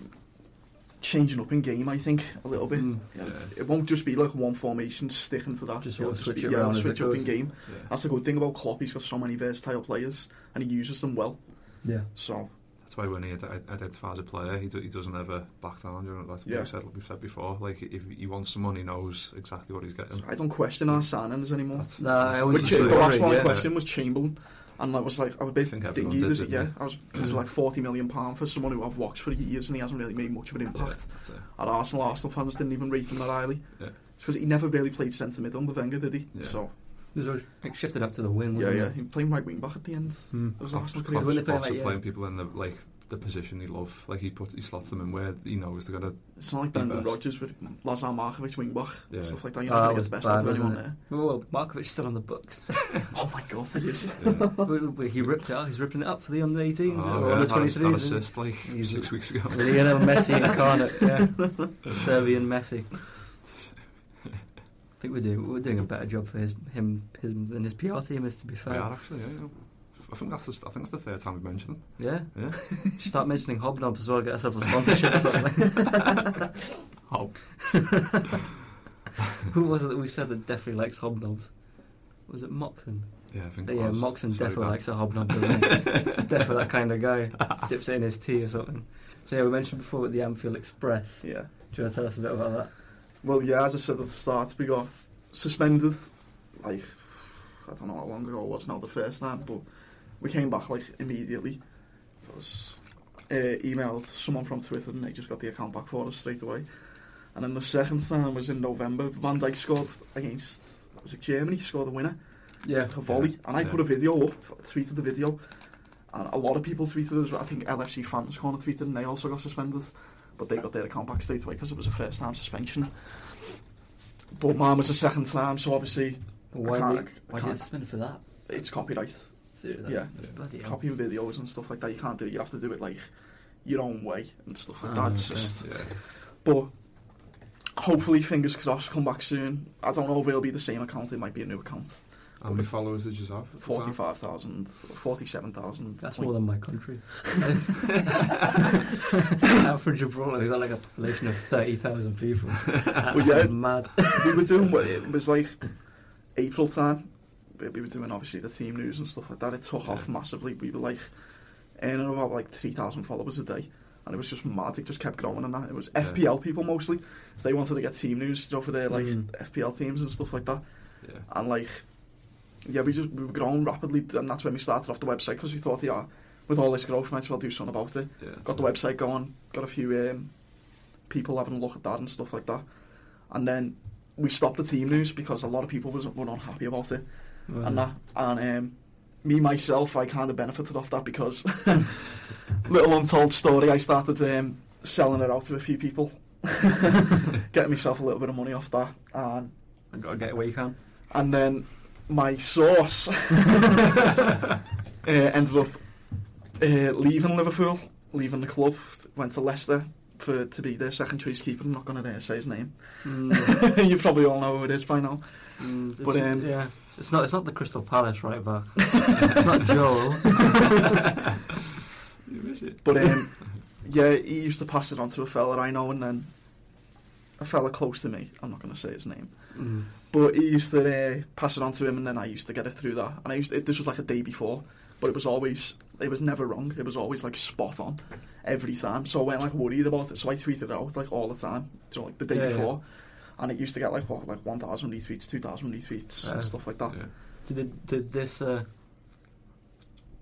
Speaker 5: changing up in game, I think, a little bit.
Speaker 2: Mm.
Speaker 5: Yeah.
Speaker 4: Yeah.
Speaker 5: It won't just be like one formation sticking to that.
Speaker 2: Just
Speaker 5: It'll
Speaker 2: sort of switch
Speaker 5: be-
Speaker 2: it
Speaker 5: yeah,
Speaker 2: around as
Speaker 5: switch
Speaker 2: it
Speaker 5: up
Speaker 2: goes.
Speaker 5: in game.
Speaker 4: Yeah.
Speaker 5: That's the good thing about Klopp. He's got so many versatile players and he uses them well.
Speaker 2: Yeah,
Speaker 5: So
Speaker 4: That's why when he ide- identifies a player, he, do, he doesn't ever back down. You know, that's what
Speaker 5: Yeah.
Speaker 4: we said, we've said before. Like, if he wants someone, he knows exactly what he's getting.
Speaker 5: I don't question our signings anymore.
Speaker 4: That's,
Speaker 2: No, I always
Speaker 5: Which
Speaker 2: used
Speaker 5: the
Speaker 2: to
Speaker 5: last
Speaker 2: agree,
Speaker 5: one I
Speaker 2: yeah.
Speaker 5: questioned was Chamberlain, And I was like, I was a bit
Speaker 4: think everyone
Speaker 5: dingy.
Speaker 4: did,
Speaker 5: Did, it,
Speaker 4: didn't
Speaker 5: yeah, I was because it was like forty million pound for someone who I've watched for years and he hasn't really made much of an impact.
Speaker 4: That's it.
Speaker 5: At Arsenal, Arsenal fans didn't even rate him that highly.
Speaker 4: Yeah.
Speaker 5: It's because he never really played centre mid under Wenger, did he?
Speaker 4: Yeah.
Speaker 5: So
Speaker 2: was always it shifted up to the wing.
Speaker 5: yeah,
Speaker 2: Wasn't
Speaker 5: yeah,
Speaker 2: It?
Speaker 5: he played right wing back at the end.
Speaker 2: Hmm.
Speaker 5: It was
Speaker 4: Klopp's,
Speaker 5: Arsenal.
Speaker 4: Klopp's
Speaker 2: When they play
Speaker 4: lots
Speaker 2: like,
Speaker 4: of
Speaker 2: yeah.
Speaker 4: playing people in the like the position they love. Like he put he slots them in where he knows they're gonna.
Speaker 5: It's not like
Speaker 4: Best.
Speaker 5: Brendan Rodgers with Lazar Markovic wing back
Speaker 4: Yeah.
Speaker 5: and stuff like that. You're
Speaker 2: Oh,
Speaker 5: not
Speaker 2: that
Speaker 5: going to
Speaker 2: was
Speaker 5: get the best
Speaker 2: bad,
Speaker 5: out of anyone
Speaker 2: wasn't
Speaker 5: there.
Speaker 2: Well, Markovic's still on the books.
Speaker 5: Oh my god, he is.
Speaker 4: Yeah.
Speaker 2: We- we- he ripped it out. He's ripping it up for the under 18s
Speaker 4: Oh,
Speaker 2: or
Speaker 4: yeah,
Speaker 2: under
Speaker 4: that was- that
Speaker 2: 23s. isn't it?
Speaker 4: assist like
Speaker 2: He's-
Speaker 4: six weeks ago.
Speaker 2: Lionel Messi incarnate, yeah. Serbian Messi. I think we're doing we're doing a better job for his him his than his PR team is to be
Speaker 4: We
Speaker 2: fair.
Speaker 4: are actually. Yeah, yeah. I think that's the, I think that's the third time we've mentioned them.
Speaker 2: Yeah.
Speaker 4: Yeah.
Speaker 2: Start mentioning hobnobs as well, get ourselves a sponsorship or something.
Speaker 4: Hob.
Speaker 2: Who was it that we said that definitely likes hobnobs? Was it Moxon?
Speaker 4: Yeah, I think.
Speaker 2: Yeah,
Speaker 4: it
Speaker 2: yeah
Speaker 4: was.
Speaker 2: Moxon
Speaker 4: Sorry,
Speaker 2: definitely
Speaker 4: Dad.
Speaker 2: likes a hobnob, doesn't he? definitely that kind of guy. Dips it in his tea or something. So yeah, we mentioned before with the Anfield Express.
Speaker 5: yeah.
Speaker 2: Do you want to tell us a bit about that?
Speaker 5: Well, yeah, as I said at the start, we got suspended, like, I don't know how long ago it was now, the first time, but we came back, like, immediately. Because uh, emailed someone from Twitter and they just got the account back for us straight away. And then the second time was in November. Van Dijk scored against, was it Germany? He scored a winner.
Speaker 2: Yeah.
Speaker 5: a volley,
Speaker 4: Yeah,
Speaker 5: and I
Speaker 4: yeah.
Speaker 5: put a video up, tweeted the video, and a lot of people tweeted it as well. I think LFC fans corner tweeted, and they also got suspended, but they got their account back straight away because it was a first time suspension. But mine was a second time, so obviously I
Speaker 2: Why,
Speaker 5: can't-
Speaker 2: did,
Speaker 5: I
Speaker 2: why did
Speaker 5: can't-
Speaker 2: you suspend for that?
Speaker 5: it's copyright,
Speaker 2: Seriously?
Speaker 5: Yeah.
Speaker 2: Bloody hell.
Speaker 5: copying videos and stuff like that. You can't do it. You have to do it like your own way and stuff like
Speaker 2: Ah,
Speaker 5: that. It's
Speaker 2: okay.
Speaker 5: just,
Speaker 4: Yeah.
Speaker 5: but hopefully, fingers crossed, come back soon. I don't know if it'll be the same account. It might be a new account.
Speaker 4: How many followers did you have? at the time?
Speaker 5: 45,000, 47,000.
Speaker 2: That's
Speaker 5: point-
Speaker 2: more than my country. Average Gibraltar, we've got like a population of 30,0and people. That's
Speaker 5: yeah.
Speaker 2: mad.
Speaker 5: we were doing what it was like April time. We we were doing obviously the theme news and stuff like that. It took off massively. We were like earning about like three thousand followers a day, and it was just mad. It just kept growing and that. It was
Speaker 4: Yeah.
Speaker 5: FPL people mostly, so they wanted to get team news stuff for their like
Speaker 2: Mm.
Speaker 5: FPL teams and stuff like that.
Speaker 4: Yeah.
Speaker 5: And like, yeah, we just we were growing rapidly, and that's when we started off the website because we thought, yeah, with all this growth, might as well do something about it
Speaker 4: Yeah.
Speaker 5: got the website going, got a few um, people having a look at that and stuff like that. And then we stopped the team news because a lot of people was, were unhappy about it and that. And um, me myself, I kind of benefited off that because little untold story. I started um, selling it out to a few people, getting myself a little bit of money off that, and
Speaker 2: I've got to get it where you can.
Speaker 5: and then my source uh, ended up uh, leaving Liverpool, leaving the club, went to Leicester for to be their second choice keeper. I'm not going to dare say his name.
Speaker 2: Mm,
Speaker 5: you probably all know who it is by now.
Speaker 2: but mm,
Speaker 5: But,
Speaker 2: it's,
Speaker 5: um,
Speaker 2: yeah, it's not it's not the Crystal Palace right back. it's not Joel.
Speaker 4: You miss it.
Speaker 5: But um, yeah, he used to pass it on to a fella I know, and then a fella close to me. I'm not going to say his name.
Speaker 2: Mm.
Speaker 5: But he used to uh, pass it on to him, and then I used to get it through that. And I used it, this was like a day before, but it was always it was never wrong. It was always like spot on every time. So I went like worried about it. So I tweeted it out like all the time, so like the day
Speaker 2: Yeah, yeah.
Speaker 5: before, and it used to get like what like one thousand retweets, two thousand retweets,
Speaker 2: Yeah.
Speaker 5: and stuff like that.
Speaker 4: Yeah.
Speaker 2: Did, did this uh,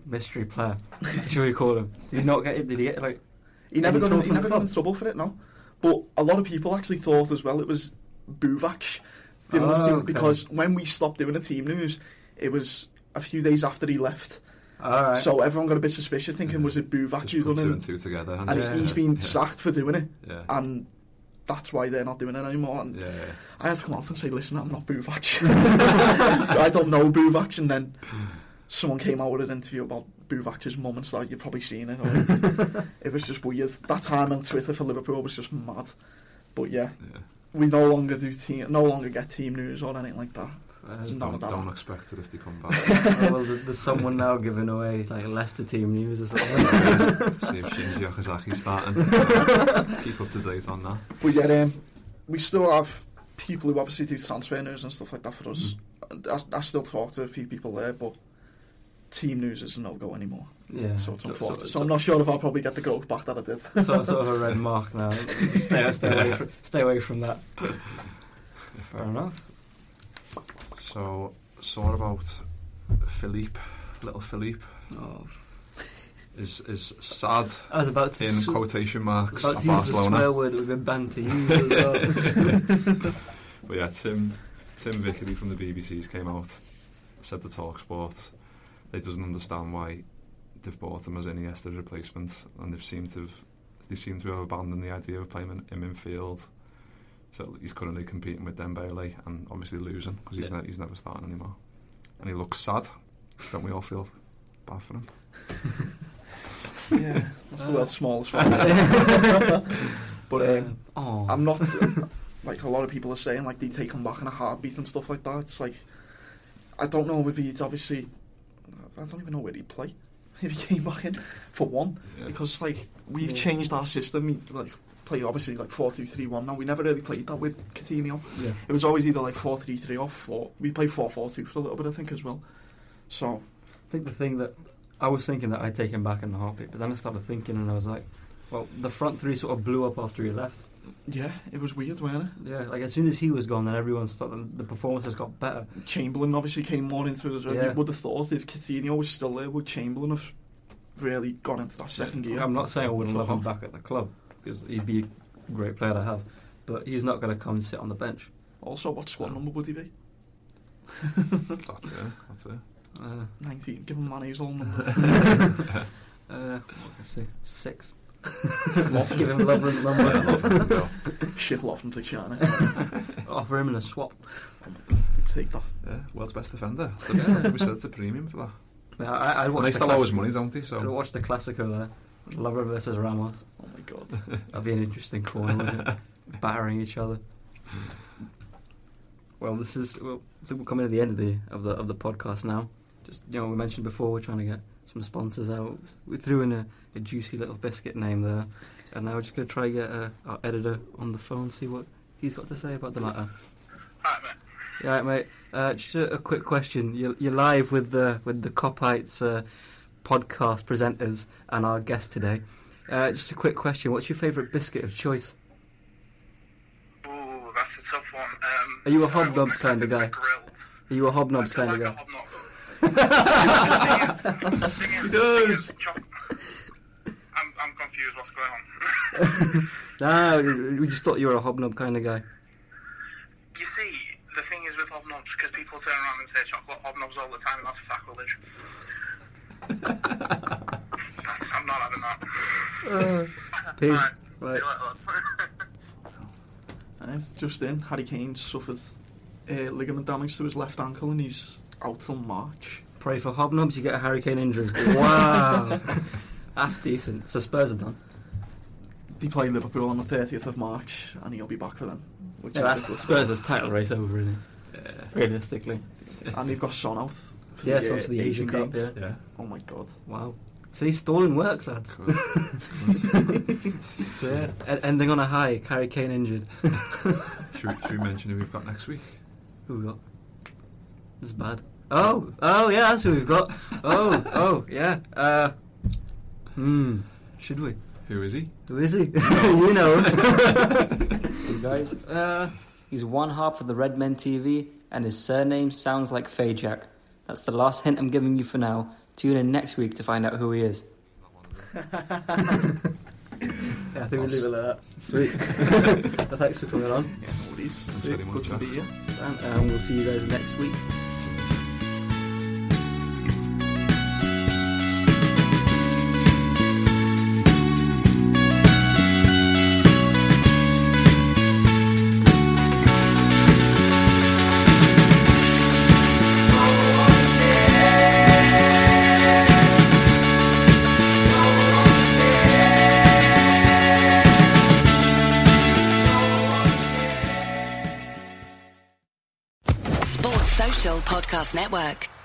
Speaker 2: mystery player, shall we call him? Did he not get it? Did he get like?
Speaker 5: He never
Speaker 2: Any
Speaker 5: got in,
Speaker 2: trouble
Speaker 5: he
Speaker 2: from
Speaker 5: never
Speaker 2: the
Speaker 5: got in
Speaker 2: club?
Speaker 5: trouble for it, no. But a lot of people actually thought as well it was Buvac. The honest
Speaker 2: Oh,
Speaker 5: thing,
Speaker 2: okay.
Speaker 5: because when we stopped doing the team news, it was a few days after he left.
Speaker 2: All right.
Speaker 5: So everyone got a bit suspicious, thinking was it Buvac
Speaker 4: Just
Speaker 5: who
Speaker 4: put two
Speaker 5: done
Speaker 4: and
Speaker 5: it?
Speaker 4: two together.
Speaker 5: And he's,
Speaker 4: yeah.
Speaker 5: he's been
Speaker 4: yeah.
Speaker 5: sacked for doing it,
Speaker 4: Yeah.
Speaker 5: and that's why they're not doing it anymore. And
Speaker 4: yeah. yeah.
Speaker 5: I had to come off and say, "Listen, I'm not Buvac. I don't know Buvac." And then someone came out with an interview about Buvac's mum and started. You've probably seen it. or- it was just weird. That time on Twitter for Liverpool was just mad. But yeah,
Speaker 4: yeah.
Speaker 5: we no longer do team, no longer get team news or anything like that.
Speaker 2: Uh,
Speaker 5: It's not
Speaker 4: Don't,
Speaker 5: about-
Speaker 4: don't expect it if they come back.
Speaker 2: oh, well, there's there's someone now giving away like Leicester team news or something.
Speaker 4: See if Shinji Okazaki's starting. Keep up to date on that.
Speaker 5: But yeah, um, we still have people who obviously do transfer news and stuff like that for us. And I, I still talk to a few people there, but team news is no go anymore.
Speaker 2: Yeah.
Speaker 5: So it's unfortunate. So,
Speaker 2: so-
Speaker 5: I'm not sure if I'll probably get the growth back that I did.
Speaker 2: sort, sort of a red mark now. Stay, stay, away, from, stay away from that. Fair enough.
Speaker 4: So, so what about Philippe Little Philippe
Speaker 6: Oh,
Speaker 4: is is sad
Speaker 2: I was about to,
Speaker 4: in
Speaker 2: sw-
Speaker 4: quotation marks
Speaker 2: about
Speaker 4: at
Speaker 2: to use the swear
Speaker 4: Barcelona.
Speaker 2: word that we've been banned to use as well.
Speaker 4: uh, But yeah, Tim Tim Vickery from the BBC's came out, said to Talksport they doesn't understand why they've bought him as Iniesta's replacement, and they've seemed to have, they seem to have abandoned the idea of playing him in field. So he's currently competing with Dembele and obviously losing because he's,
Speaker 6: Yeah.
Speaker 4: ne- he's never starting anymore, and he looks sad. Don't we all feel bad for him?
Speaker 5: Yeah, that's the world's smallest one. Uh. but um,
Speaker 2: oh,
Speaker 5: I'm not like a lot of people are saying like they take him back in a heartbeat and stuff like that. It's like I don't know if he'd obviously I don't even know where he'd play if he came back in for one because like we've
Speaker 2: Yeah.
Speaker 5: changed our system. We, like play obviously like four two three one now. We never really played that with Coutinho.
Speaker 2: yeah.
Speaker 5: It was always either like four three three or four. We played four four two for a little bit I think as well. So
Speaker 2: I think the thing that I was thinking that I'd take him back in the heartbeat, but then I started thinking and I was like, well, the front three sort of blew up after he left.
Speaker 5: yeah, it was weird, wasn't it?
Speaker 2: Yeah, like as soon as he was gone, then everyone started. The performances got better.
Speaker 5: Chamberlain obviously came more into it as well.
Speaker 2: Yeah.
Speaker 5: You would have thought if Coutinho was still there, would Chamberlain have really gone into that second gear?
Speaker 2: I'm not saying I wouldn't
Speaker 5: Tough
Speaker 2: love him
Speaker 5: one.
Speaker 2: back at the club because he'd be a great player to have, but he's not going to come and sit on the bench.
Speaker 5: Also, what squad number would he be?
Speaker 4: That's it. That's it.
Speaker 2: Uh,
Speaker 5: 19. Give him Manny's own number.
Speaker 2: uh, let's see, six. Off, give him Lovren's number.
Speaker 5: Ship lot from to China.
Speaker 2: Offer him in a swap.
Speaker 5: Take that.
Speaker 4: Yeah, world's best defender. I think we said it's a premium for that.
Speaker 2: Yeah, I, I
Speaker 4: Well,
Speaker 2: watched
Speaker 4: they
Speaker 2: the
Speaker 4: still owe us
Speaker 2: classic-
Speaker 4: money, don't they?
Speaker 2: I
Speaker 4: So
Speaker 2: watched the Classico there. Lovren versus Ramos.
Speaker 5: Oh my god.
Speaker 2: That'd be an interesting corner, wouldn't it? Battering each other. Well, this is well, so we're coming to the end of the of the of the podcast now. Just you know, we mentioned before we're trying to get some sponsors out. We threw in a, a juicy little biscuit name there, and now we're just going to try to get uh, our editor on the phone, see what he's got to say about the matter. Right, mate. Uh, just a, a quick question. You're, you're live with the with the Copites uh, podcast presenters and our guest today. Uh, just a quick question. What's your favourite biscuit of choice?
Speaker 7: Ooh, that's a tough one. Um,
Speaker 2: Are you a
Speaker 7: sorry, I wasn't
Speaker 2: hobnobs kind of
Speaker 7: expecting
Speaker 2: guy?
Speaker 7: to be grilled.
Speaker 2: Are you a
Speaker 7: I
Speaker 2: hobnobs
Speaker 7: do
Speaker 2: kind of
Speaker 7: like a
Speaker 2: guy?
Speaker 7: hobnob. The thing is- the thing is- the thing is, choc- I'm, I'm confused what's going on.
Speaker 2: No, we- we just thought you were a hobnob kind of guy.
Speaker 7: you see, the thing is with hobnobs, because people turn around and say chocolate hobnobs all the time, and that's sacrilege. that's, I'm not having that.
Speaker 2: Peace.
Speaker 7: Right.
Speaker 2: Right.
Speaker 7: See you later, lads.
Speaker 5: Uh, just in, Harry Kane suffered uh, ligament damage to his left ankle and he's out till March.
Speaker 2: Pray for hobnobs, you get a hurricane injury. Wow. That's decent. So Spurs are done.
Speaker 5: They play Liverpool on the 30th of March and he'll be back for them. Which
Speaker 2: Yeah,
Speaker 5: I
Speaker 2: that's
Speaker 5: think was-
Speaker 2: Spurs' title race over, isn't it? Realistically.
Speaker 5: And they've got Son out. for
Speaker 2: Yeah, so it's
Speaker 5: uh,
Speaker 2: the Asian Cup,
Speaker 5: Games.
Speaker 2: yeah.
Speaker 4: yeah,
Speaker 5: Oh my god.
Speaker 2: Wow. So he's stalling works, lads.
Speaker 4: cool.
Speaker 2: So, yeah. E- ending on a high, Carrie Kane injured.
Speaker 4: should, we, should we mention who we've got next week?
Speaker 2: Who we got? This is bad. Oh, oh yeah, that's who we've got. Oh, oh yeah. Uh, hmm. Should we?
Speaker 4: Who is he?
Speaker 2: Who is he? you know.
Speaker 4: You guys?
Speaker 2: Uh, he's one half of the Red Men TV, and his surname sounds like Fajak. That's the last hint I'm giving you for now. Tune in next week to find out who he is. yeah, I think we'll leave it like that. Sweet. Thanks for coming on.
Speaker 5: Yeah, no worries.
Speaker 4: Thanks very much,
Speaker 5: Good to
Speaker 4: Ash.
Speaker 5: be here.
Speaker 2: And um, we'll see you guys next week.
Speaker 1: Sports Social Podcast Network.